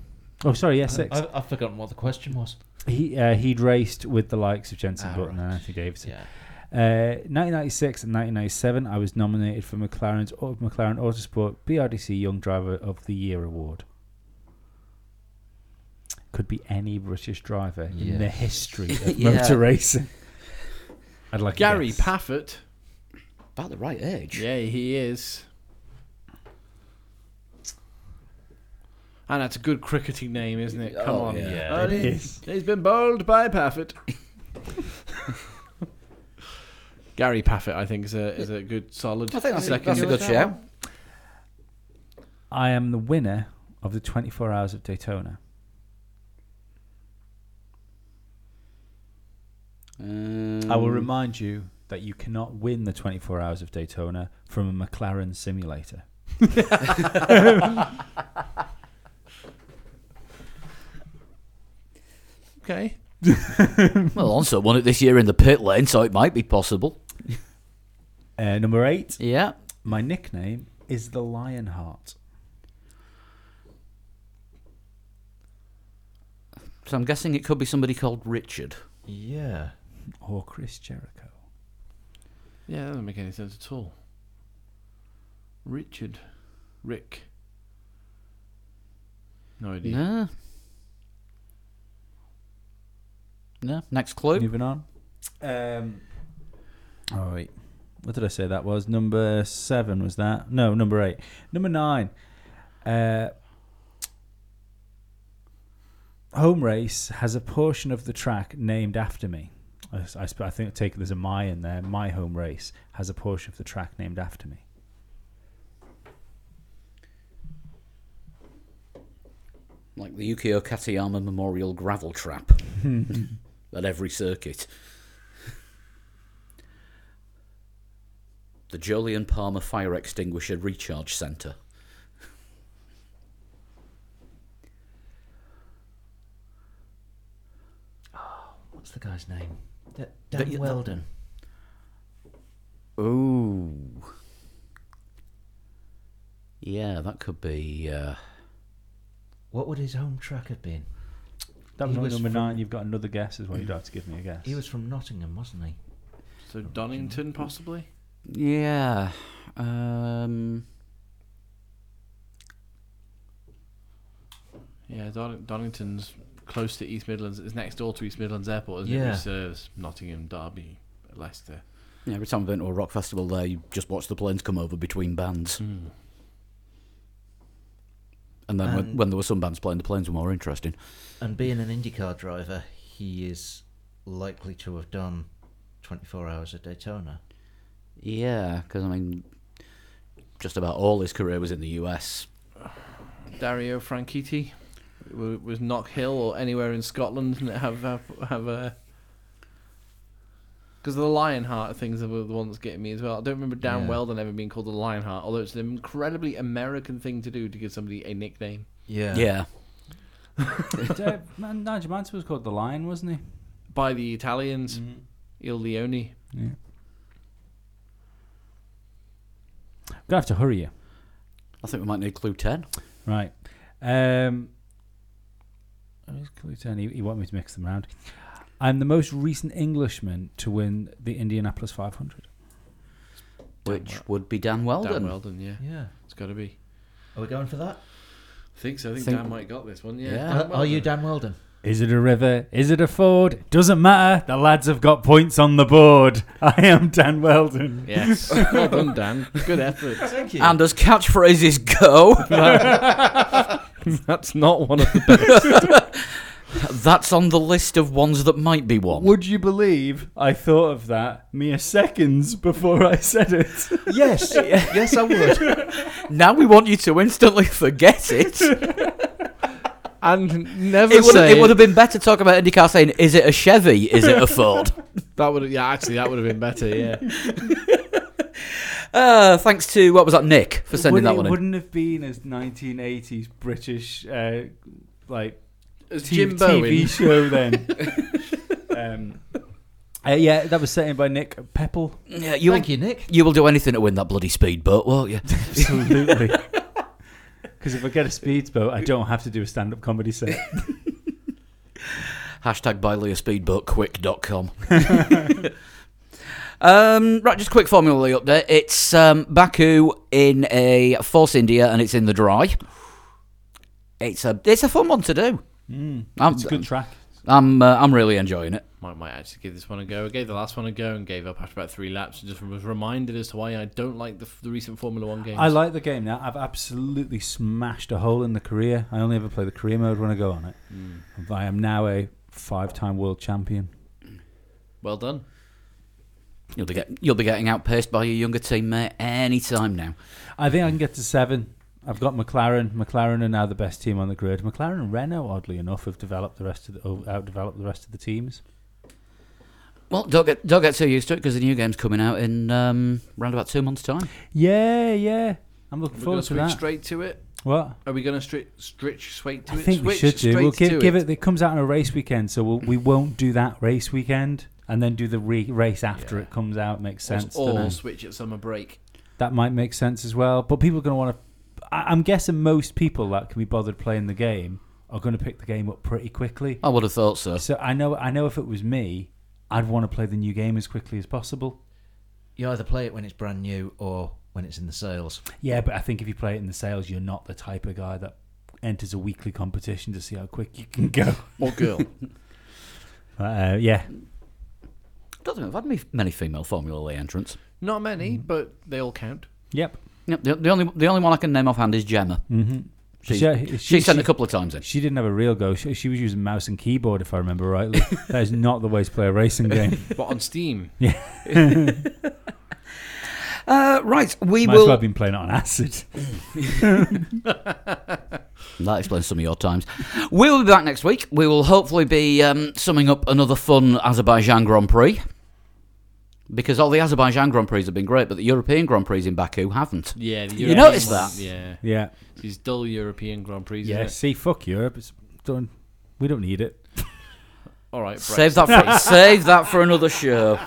Oh, sorry, yes, six. I, I've forgotten what the question was. He uh, he'd raced with the likes of Jenson Ah, Button and right. Anthony Davidson. Yeah. Uh, 1996 and 1997, I was nominated for McLaren's Au- McLaren Autosport BRDC Young Driver of the Year award. Could be any British driver in the Yeah. history *laughs* of Yeah. motor racing. I'd like a Gary guess. Paffett. About the right age. Yeah, he is. And that's a good cricketing name, isn't it? Come Oh, on. yeah. Yeah, it And he- is. He's been bowled by Paffett. *laughs* Gary Paffett, I think, is a is a good solid. I think that's, a, second. that's a good shout. I am the winner of the 24 Hours of Daytona. I will Um, remind you that you cannot win the 24 Hours of Daytona from a McLaren simulator. Okay. Well, Alonso won it this year in the pit lane, so it might be possible. Uh, number eight, Yeah. my nickname is the Lionheart. So I'm guessing it could be somebody called Richard. Yeah. or Chris Jericho. Yeah, that doesn't make any sense at all. Richard, Rick. No idea. No. No. Next clue. Moving on. Um, all right. What did I say that was? Number seven was that? No, number eight. Number nine. Uh, home race has a portion of the track named after me. I, I, sp- I think take there's a my in there. My home race has a portion of the track named after me. Like the Yukio Katayama Memorial Gravel Trap at every circuit. The Jolyon Palmer Fire Extinguisher Recharge Centre. What's the guy's name? Da- That Dan you- that- Weldon. Ooh. Yeah, that could be. Uh, What would his home track have been? That He was, was number from- nine. You've got another guess as well. You don't have to give me a guess. He was from Nottingham, wasn't he? So Donington, possibly. yeah. Um, Yeah, Don- Donington's close to East Midlands. It's next door to East Midlands Airport, isn't it? Yeah. It serves Nottingham, Derby, Leicester. yeah, every time I've been to a rock festival there, you just watch the planes come over between bands. Hmm. And then when, And- when there were some bands playing, the planes were more interesting. And being an IndyCar driver, he is likely to have done 24 hours at Daytona. Yeah, because I mean, just about all his career was in the US. Dario Franchitti w- was Knock Hill or anywhere in Scotland and have have, have a because the Lionheart things are the one that's getting me as well. I don't remember Dan Yeah. Weldon ever being called the Lionheart, although it's an incredibly American thing to do to give somebody a nickname. Yeah. *laughs* uh, man, Nigel Mansell was called the Lion, wasn't By the Italians, Mm. Il Leone. he? Yeah. Gonna have to hurry you. I think we might need clue 10. Right. Um, I was gonna turn- he, he wanted me to mix them around. I'm the most recent Englishman to win the Indianapolis 500. Which would be Dan Weldon. Dan Weldon, yeah. Mm, Yeah. It's got to be. Are we going for that? I think so. I think, Think- Dan might got this one, yeah. Yeah. Dan Are- are you Weldon. Dan Weldon? Is it a river? Is it a ford? Doesn't matter. The lads have got points on the board. *laughs* I am Dan Weldon. Yes. *laughs* well done, Dan. Good effort. *laughs* Thank you. And as catchphrases go, *laughs* That's not one *laughs* of the that's on the list of ones that might be one. Would you believe I thought of that mere seconds before I said it? *laughs* yes. yes, I would. Now we want you to instantly forget *laughs* it. And never It would, say it would have been better to talk about IndyCar saying, is it a Chevy? Is it a Ford? That would have, yeah, actually, that would have been better, yeah. Uh, thanks to, what was that, Nick, for sending wouldn't, that it one in. wouldn't have been as 1980s British uh, like *laughs* As T- TV show then. um, uh, yeah, that was set in by Nick Peppel. Yeah, you, will, Thank you, Nick. you will do anything to win that bloody speedboat, won't you? *laughs* *laughs* Absolutely. Because if I get a speedboat, I don't have to do a stand-up *laughs* comedy set. Hashtag buy Leah Speedboat *laughs* quick.com. um, right, just a quick Formula E update. It's um, Baku in a Force India and it's in the dry. It's a it's a fun one to do. I'm, Mm, It's a good track. I'm uh, I'm really enjoying it. might might actually give this one a go. I gave the last one a go and gave up after about three laps and just was reminded as to why I don't like the, the recent Formula One games. I like the game now. I've absolutely smashed a hole in the career. I only ever play the career mode when I go on it. Mm. I am now a five-time world champion. Well done. You'll be, get, you'll be getting outpaced by your younger teammate any time now. I think I can get to seven. I've got McLaren. McLaren are now the best team on the grid. McLaren and Renault, oddly enough, have developed the rest of the oh, outdeveloped the rest of the teams. Well, don't get don't get too used to it because the new game's coming out in um, around about two months' time. Yeah, yeah. I'm looking We're going to forward to switch that. straight to it. What? Are we going to stri- stretch straight to I it? think we Switch should do. straight We'll to give, give it. It comes out on a race weekend, so we'll, we won't do that race weekend and then do the re- race after Yeah. it comes out. Makes Or- sense. Or, doesn't it? switch at summer break. that might make sense as well. But people are going to want to. I'm guessing most people that can be bothered playing the game are going to pick the game up pretty quickly. I would have thought so. So I know, I know if it was me, I'd want to play the new game as quickly as possible. You either play it when it's brand new or when it's in the sales. Yeah, but I think if you play it in the sales, you're not the type of guy that enters a weekly competition to see how quick you *laughs* can go. Or girl. Uh, yeah, Don't think I've had me- many female Formula E entrants. *laughs* Not many, but they all count. yep. No, the, the only the only one I can name offhand is Gemma. Mm-hmm. She's, Yeah, she, she- sent she- a couple of times in. She didn't have a real go. She, she was using mouse and keyboard, if I remember *laughs* rightly. that is not the way to play a racing game. But on Steam, Uh, right, we Might as will. well have been playing it *laughs* on acid. That explains some of your times. We will be back next week. We will hopefully be um, summing up another fun Azerbaijan Grand Prix. Because all the Azerbaijan Grand Prix have been great, but the European Grand Prix in Baku haven't. yeah, the You European noticed ones, that? Yeah, Yeah. these dull European Grand Prix. Yeah, Yes. see, fuck Europe. It's done. We don't need it. All right. Save that for save that for another *laughs* show.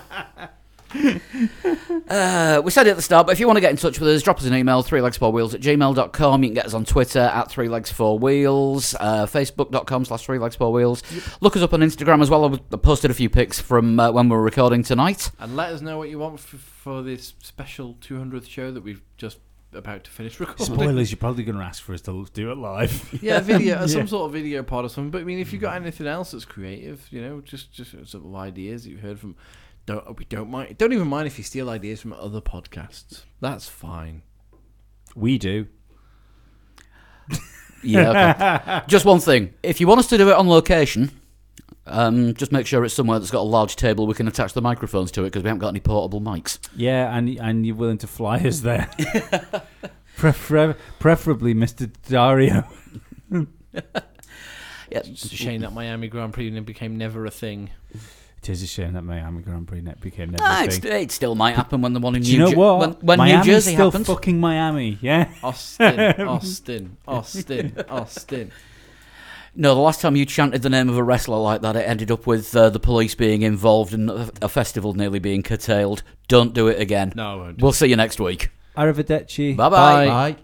Uh, we said it at the start, but if you want to get in touch with us, drop us an email, three legs four wheels at gmail.com. You can get us on Twitter at three legs four wheels, uh, facebook.com slash three legs four wheels. Look us up on Instagram as well. I posted a few pics from uh, when we were recording tonight. And let us know what you want for, for this special 200th show that we've just about to finish *laughs* recording. Spoilers, you're probably going to ask for us to do it live. Yeah, *laughs* video, Yeah. some sort of video pod or something. But I mean, if you've got anything else that's creative, you know, just just sort of ideas that you've heard from. Don't we don't mind. Don't even mind if you steal ideas from other podcasts. That's fine. We do. Yeah. okay. *laughs* just one thing. If you want us to do it on location, um, just make sure it's somewhere that's got a large table we can attach the microphones to it because we haven't got any portable mics. Yeah, and and you're willing to fly *laughs* us there. *laughs* Prefer- preferably Mr. Dario. *laughs* Yeah. It's a shame that Miami Grand Prix became never *laughs* a thing. It is a shame that Miami Grand Prix net became never Ah, a it's, thing. it still might happen when the one in Do New you know Jer- what? when, when Miami's New Jersey still happens. fucking Miami, yeah? *laughs* Austin, Austin, Austin, Austin. no, the last time you chanted the name of a wrestler like that, it ended up with uh, the police being involved and a, a festival nearly being curtailed. Don't do it again. No, I won't. We'll see you next week. Arrivederci. Bye-bye. Bye.